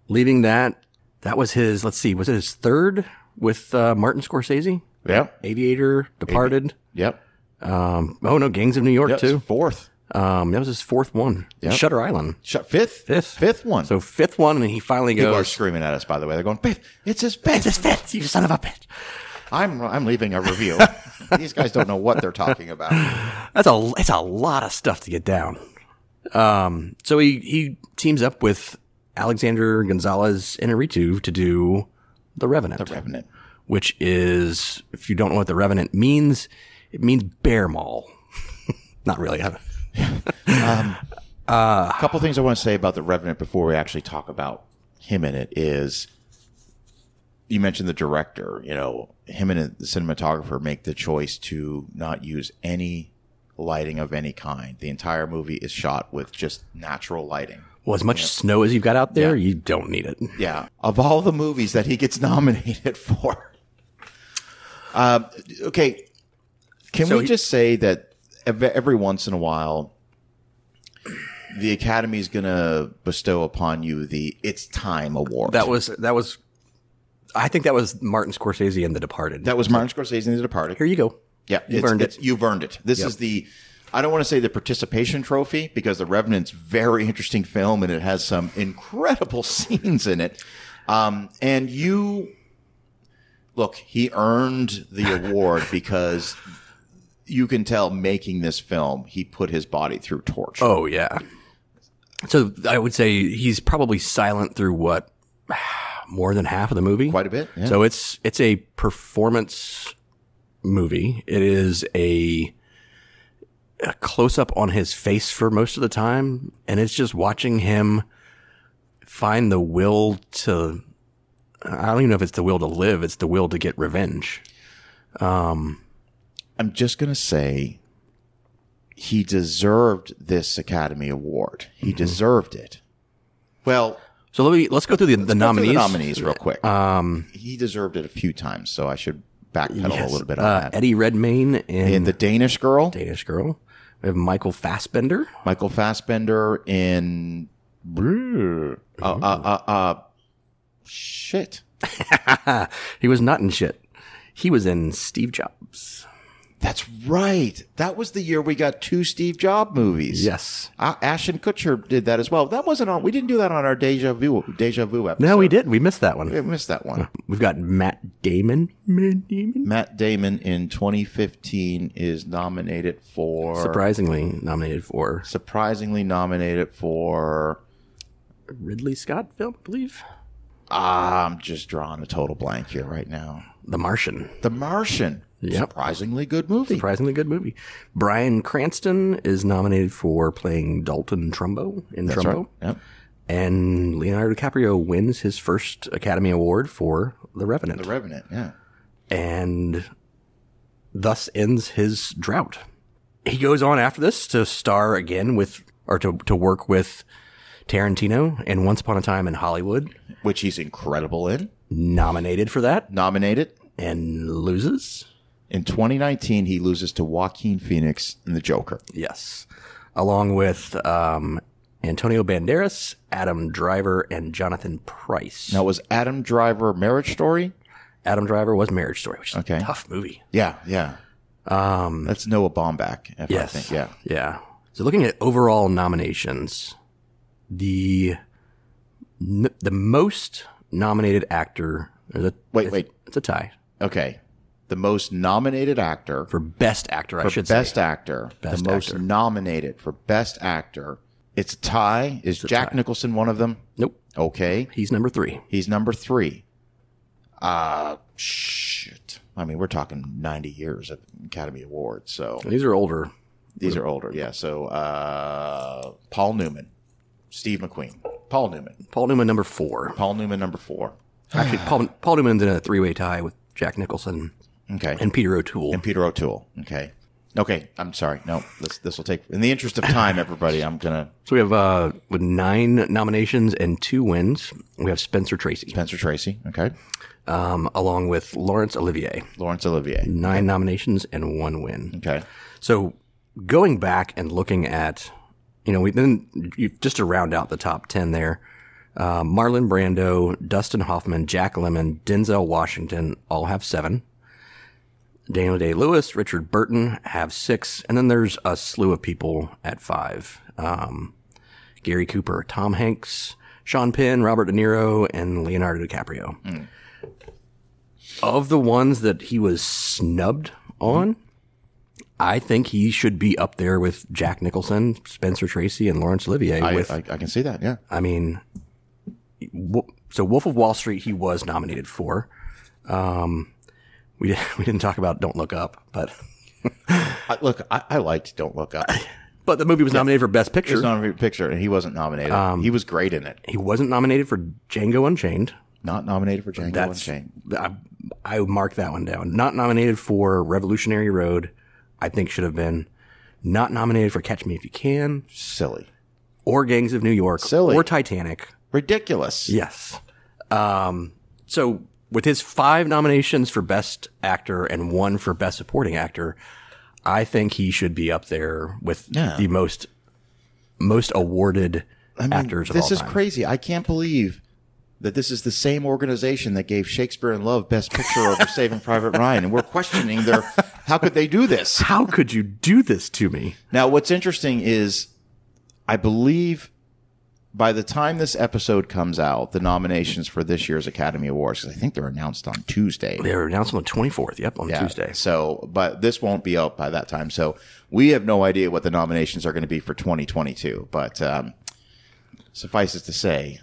Speaker 2: leaving that, that was his. Let's see, was it his third with uh, Martin Scorsese?
Speaker 1: Yep.
Speaker 2: Aviator, Departed.
Speaker 1: Yep.
Speaker 2: Um, oh no, Gangs of New York
Speaker 1: Yep.
Speaker 2: too.
Speaker 1: Fourth.
Speaker 2: Um, that was his fourth one.
Speaker 1: Yep.
Speaker 2: Shutter Island.
Speaker 1: Shut fifth,
Speaker 2: Fifth.
Speaker 1: fifth one.
Speaker 2: So fifth one, and he finally
Speaker 1: people are
Speaker 2: goes.
Speaker 1: screaming at us. By the way, they're going fifth. It's his fifth.
Speaker 2: This fifth, you son of a bitch.
Speaker 1: I'm I'm leaving a review. These guys don't know what they're talking about.
Speaker 2: That's a that's a lot of stuff to get down. Um, so he he teams up with Alexander Gonzalez Inarritu to do the Revenant,
Speaker 1: Revenant.
Speaker 2: which is if you don't know what the Revenant means, it means bear maul. Not really. I don't-
Speaker 1: A couple things I want to say about the Revenant before we actually talk about him in it is you mentioned the director. You know, him and the cinematographer make the choice to not use any lighting of any kind. The entire movie is shot with just natural lighting.
Speaker 2: Well, as much snow as you've got out there, you don't need it.
Speaker 1: Yeah. Of all the movies that he gets nominated for. Um, okay. Can
Speaker 2: So
Speaker 1: we
Speaker 2: he-
Speaker 1: just say that ev- every once in a while, the Academy's going to bestow upon you the It's Time Award?
Speaker 2: That was that was. I think that was Martin Scorsese in The Departed.
Speaker 1: that was Martin Scorsese in The Departed.
Speaker 2: Here you go.
Speaker 1: Yeah,
Speaker 2: You've
Speaker 1: it's-
Speaker 2: earned
Speaker 1: it's- You've earned it. This is the. I don't want to say the participation trophy because The Revenant's very interesting film and it has some incredible scenes in it. Um, and you look, he earned the award because you can tell making this film, he put his body through torture.
Speaker 2: Oh yeah. So I would say he's probably silent through what more than half of the movie.
Speaker 1: Quite a bit. Yeah.
Speaker 2: So it's it's a performance movie. It is a, a close up on his face for most of the time, and it's just watching him find the will to. I don't even know if it's the will to live. It's the will to get revenge.
Speaker 1: I'm just going to say he deserved this Academy Award. He
Speaker 2: Mm-hmm.
Speaker 1: deserved it. Well,
Speaker 2: So let me let's go through the, the
Speaker 1: Go through
Speaker 2: nominees.
Speaker 1: the nominees real quick. Um, he deserved it a few times, so I should backpedal
Speaker 2: Yes.
Speaker 1: a little bit on
Speaker 2: Uh,
Speaker 1: that.
Speaker 2: Eddie Redmayne and,
Speaker 1: In the Danish Girl,
Speaker 2: Danish Girl. We have Michael Fassbender.
Speaker 1: Michael Fassbender in uh, uh, uh, uh, shit.
Speaker 2: he was not in shit. He was in Steve Jobs.
Speaker 1: That's right. That was the year we got two Steve Jobs movies.
Speaker 2: Yes.
Speaker 1: Uh, Ashton Kutcher did that as well. That wasn't on. We didn't do that on our deja vu deja vu episode.
Speaker 2: No, we did. We missed that one.
Speaker 1: we missed that one.
Speaker 2: We've got Matt Damon. Matt Damon.
Speaker 1: Matt Damon in 2015 is nominated for
Speaker 2: Surprisingly nominated for
Speaker 1: surprisingly nominated for
Speaker 2: a Ridley Scott film, I believe.
Speaker 1: ah, I'm just drawing a total blank here right now.
Speaker 2: The Martian.
Speaker 1: The Martian.
Speaker 2: Yep.
Speaker 1: Surprisingly good movie.
Speaker 2: Surprisingly good movie. Brian Cranston is nominated for playing Dalton Trumbo in
Speaker 1: That's
Speaker 2: Trumbo.
Speaker 1: right. Yep.
Speaker 2: And Leonardo DiCaprio wins his first Academy Award for The Revenant.
Speaker 1: The Revenant, yeah.
Speaker 2: and thus ends his drought. He goes on after this to star again with, or to, to work with Tarantino and Once Upon a Time in Hollywood,
Speaker 1: Which he's incredible in.
Speaker 2: nominated for that,
Speaker 1: Nominated.
Speaker 2: and loses.
Speaker 1: In 2019, he loses to Joaquin Phoenix in The Joker.
Speaker 2: Yes. Along with um, Antonio Banderas, Adam Driver, and Jonathan Price.
Speaker 1: Now, was Adam Driver Marriage Story?
Speaker 2: Adam Driver was Marriage Story, which is
Speaker 1: Okay.
Speaker 2: a tough movie.
Speaker 1: Yeah, yeah.
Speaker 2: Um,
Speaker 1: That's Noah Baumbach, if
Speaker 2: Yes.
Speaker 1: I think. Yeah.
Speaker 2: Yeah. So looking at overall nominations, the n- the most nominated actor. Or the,
Speaker 1: Wait, wait.
Speaker 2: It's a tie
Speaker 1: Okay. The most nominated actor
Speaker 2: for best actor. I
Speaker 1: for
Speaker 2: should
Speaker 1: best
Speaker 2: say.
Speaker 1: actor,
Speaker 2: Best
Speaker 1: the most
Speaker 2: actor.
Speaker 1: nominated for best actor. It's a tie. Is Jack Nicholson one of them?
Speaker 2: Nope.
Speaker 1: Okay.
Speaker 2: He's number three.
Speaker 1: He's number three. Uh shit. I mean, we're talking ninety years of Academy Awards, so
Speaker 2: These are older.
Speaker 1: these are older. Yeah. So uh, Paul Newman, Steve McQueen, Paul Newman,
Speaker 2: Paul Newman number four.
Speaker 1: Paul Newman number four.
Speaker 2: Actually, Paul Paul Newman's in a three way tie with Jack Nicholson
Speaker 1: Okay.
Speaker 2: and Peter O'Toole.
Speaker 1: And Peter O'Toole. Okay. Okay. I'm sorry. No. This this will take. In the interest of time, everybody, I'm gonna
Speaker 2: So we have uh, with nine nominations and two wins. We have Spencer Tracy,
Speaker 1: Spencer Tracy. Okay.
Speaker 2: um, along with Laurence Olivier.
Speaker 1: Lawrence Olivier.
Speaker 2: Nine nominations and one win.
Speaker 1: Okay.
Speaker 2: So going back and looking at, you know, we've been you just to round out the top ten there. Uh, Marlon Brando, Dustin Hoffman, Jack Lemon, Denzel Washington all have seven. Daniel Day Lewis, Richard Burton have six, and then there's a slew of people at five. Um, Gary Cooper, Tom Hanks, Sean Penn, Robert De Niro, and Leonardo DiCaprio. Of the ones that he was snubbed on, I think he should be up there with Jack Nicholson, Spencer Tracy, and Laurence Olivier.
Speaker 1: I,
Speaker 2: with
Speaker 1: I, I can see that. Yeah.
Speaker 2: I mean, wo- so Wolf of Wall Street, he was nominated for. Um, we did, we didn't talk about Don't Look Up, but
Speaker 1: I, look, I, I liked Don't Look Up.
Speaker 2: but the movie was nominated for Best Picture.
Speaker 1: It's not a picture, and he wasn't nominated.
Speaker 2: Um,
Speaker 1: he was great in it.
Speaker 2: he wasn't nominated for Django Unchained.
Speaker 1: Not nominated for Django
Speaker 2: That's
Speaker 1: Unchained.
Speaker 2: I I would mark that one down. Not nominated for Revolutionary Road. I think should have been. Not nominated for Catch Me If You Can
Speaker 1: Silly,
Speaker 2: or Gangs of New York
Speaker 1: Silly.
Speaker 2: or Titanic.
Speaker 1: ridiculous.
Speaker 2: Yes. Um, so with his five nominations for Best Actor and one for Best Supporting Actor, I think he should be up there with
Speaker 1: Yeah.
Speaker 2: the most most awarded actors of
Speaker 1: this
Speaker 2: all
Speaker 1: is
Speaker 2: time.
Speaker 1: crazy. I can't believe that this is the same organization that gave Shakespeare in Love Best Picture over Saving Private Ryan, and we're questioning their how could they do this?
Speaker 2: How could you do this to me?
Speaker 1: Now, what's interesting is, I believe. By the time this episode comes out, the nominations for this year's Academy Awards, 'cause I think they're announced on Tuesday.
Speaker 2: They were announced on the 24th. Yep, on
Speaker 1: Yeah.
Speaker 2: Tuesday.
Speaker 1: So, but this won't be out by that time. So we have no idea what the nominations are going to be for 2022. But um, suffice it to say,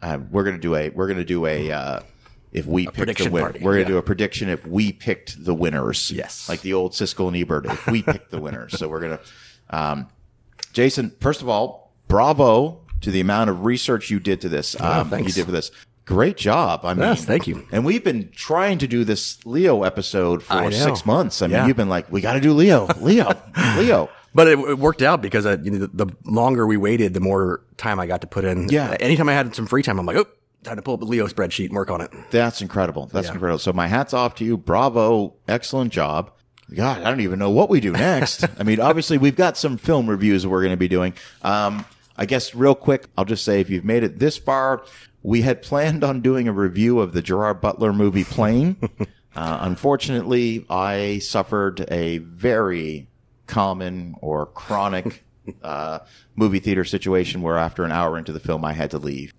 Speaker 1: uh, we're going to do a we're going to do a uh, if we pick the
Speaker 2: prediction
Speaker 1: winner,
Speaker 2: party,
Speaker 1: we're going to
Speaker 2: yeah.
Speaker 1: do a prediction if we picked the winners.
Speaker 2: Yes.
Speaker 1: like the old Siskel and Ebert. If we picked the winners, so we're going to. Um, Jason, first of all, bravo to the amount of research you did to this. Um, you
Speaker 2: Oh, thanks.
Speaker 1: did for this. Great job. I mean,
Speaker 2: Yes, thank you.
Speaker 1: and we've been trying to do this Leo episode
Speaker 2: I
Speaker 1: for
Speaker 2: know.
Speaker 1: six months. I mean,
Speaker 2: Yeah.
Speaker 1: you've been like, we got to do Leo, Leo, Leo.
Speaker 2: But it, it worked out because I, you know, the, the longer we waited, the more time I got to put in.
Speaker 1: Yeah.
Speaker 2: Anytime I had some free time, I'm like, oh, time to pull up the Leo spreadsheet and work on it.
Speaker 1: That's incredible. That's incredible. So my hat's off to you. Bravo. Excellent job. God, I don't even know what we do next. I mean, obviously we've got some film reviews we're going to be doing. Um, I guess real quick, I'll just say if you've made it this far, we had planned on doing a review of the Gerard Butler movie Plane. uh, unfortunately, I suffered a very common or chronic uh, movie theater situation where after an hour into the film, I had to leave.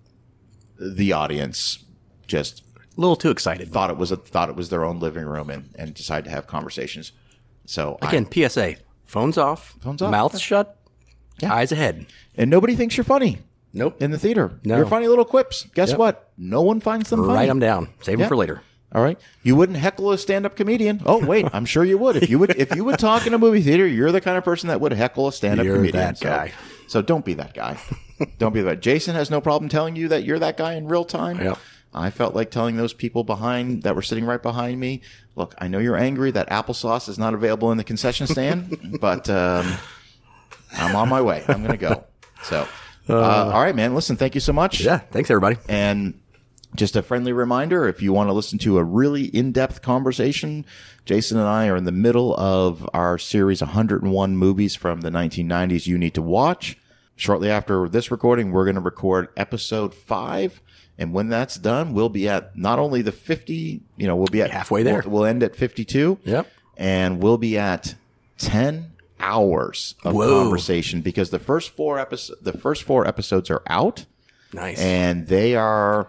Speaker 1: The audience just
Speaker 2: A little too excited.
Speaker 1: thought it was a, thought it was their own living room and, and decided to have conversations. So I,
Speaker 2: Again, PSA phones off,
Speaker 1: Phones off.
Speaker 2: mouth
Speaker 1: Yeah.
Speaker 2: shut, eyes ahead.
Speaker 1: and nobody thinks you're funny
Speaker 2: Nope.
Speaker 1: in the theater.
Speaker 2: No.
Speaker 1: Your funny little quips. Guess what? No one finds them funny.
Speaker 2: Write them down. Save
Speaker 1: Yeah.
Speaker 2: them for later.
Speaker 1: All right. You wouldn't heckle a stand-up comedian. Oh, wait, I'm sure you would. If you would if you would talk in a movie theater, you're the kind of person that would heckle a stand-up
Speaker 2: You're
Speaker 1: comedian.
Speaker 2: that
Speaker 1: So-
Speaker 2: guy.
Speaker 1: So, don't be that guy. don't be that. Jason has no problem telling you that you're that guy in real time.
Speaker 2: Yep.
Speaker 1: I felt like telling those people behind that were sitting right behind me, look, I know you're angry that applesauce is not available in the concession stand, but um, I'm on my way. I'm going to go. So, uh, all right, man. Listen, thank you so much.
Speaker 2: Yeah. Thanks, everybody.
Speaker 1: And just a friendly reminder if you want to listen to a really in depth conversation, Jason and I are in the middle of our series 101 movies from the 1990s you need to watch. Shortly after this recording, we're going to record episode five. And when that's done, we'll be at not only the 50, you know, we'll be at
Speaker 2: Halfway there.
Speaker 1: We'll, we'll end at 52.
Speaker 2: Yep.
Speaker 1: And we'll be at 10 hours of
Speaker 2: Whoa.
Speaker 1: conversation because the first four episodes, the first four episodes are out
Speaker 2: Nice.
Speaker 1: and they are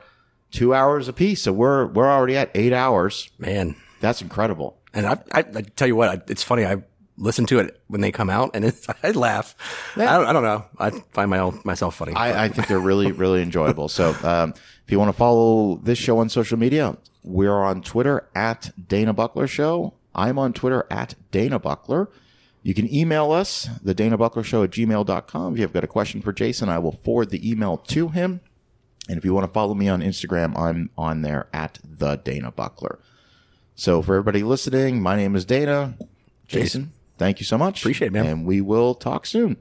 Speaker 1: two hours apiece. So we're we're already at eight hours.
Speaker 2: Man.
Speaker 1: That's incredible.
Speaker 2: And I, I, I tell you what, I, it's funny. I listen to it when they come out and it's, I laugh. I, don't, I don't know. I find my own, myself funny.
Speaker 1: I, I think they're really really enjoyable. So um, if you want to follow this show on social media, we're on Twitter at Dana Buckler Show. I'm on Twitter at Dana Buckler. You can email us, the Dana Buckler Show at gmail.com. If you have got a question for Jason, I will forward the email to him. And if you want to follow me on Instagram, I'm on there at the Dana Buckler. So for everybody listening, my name is Dana. Jason, thank you so much.
Speaker 2: Appreciate it, man.
Speaker 1: And we will talk soon.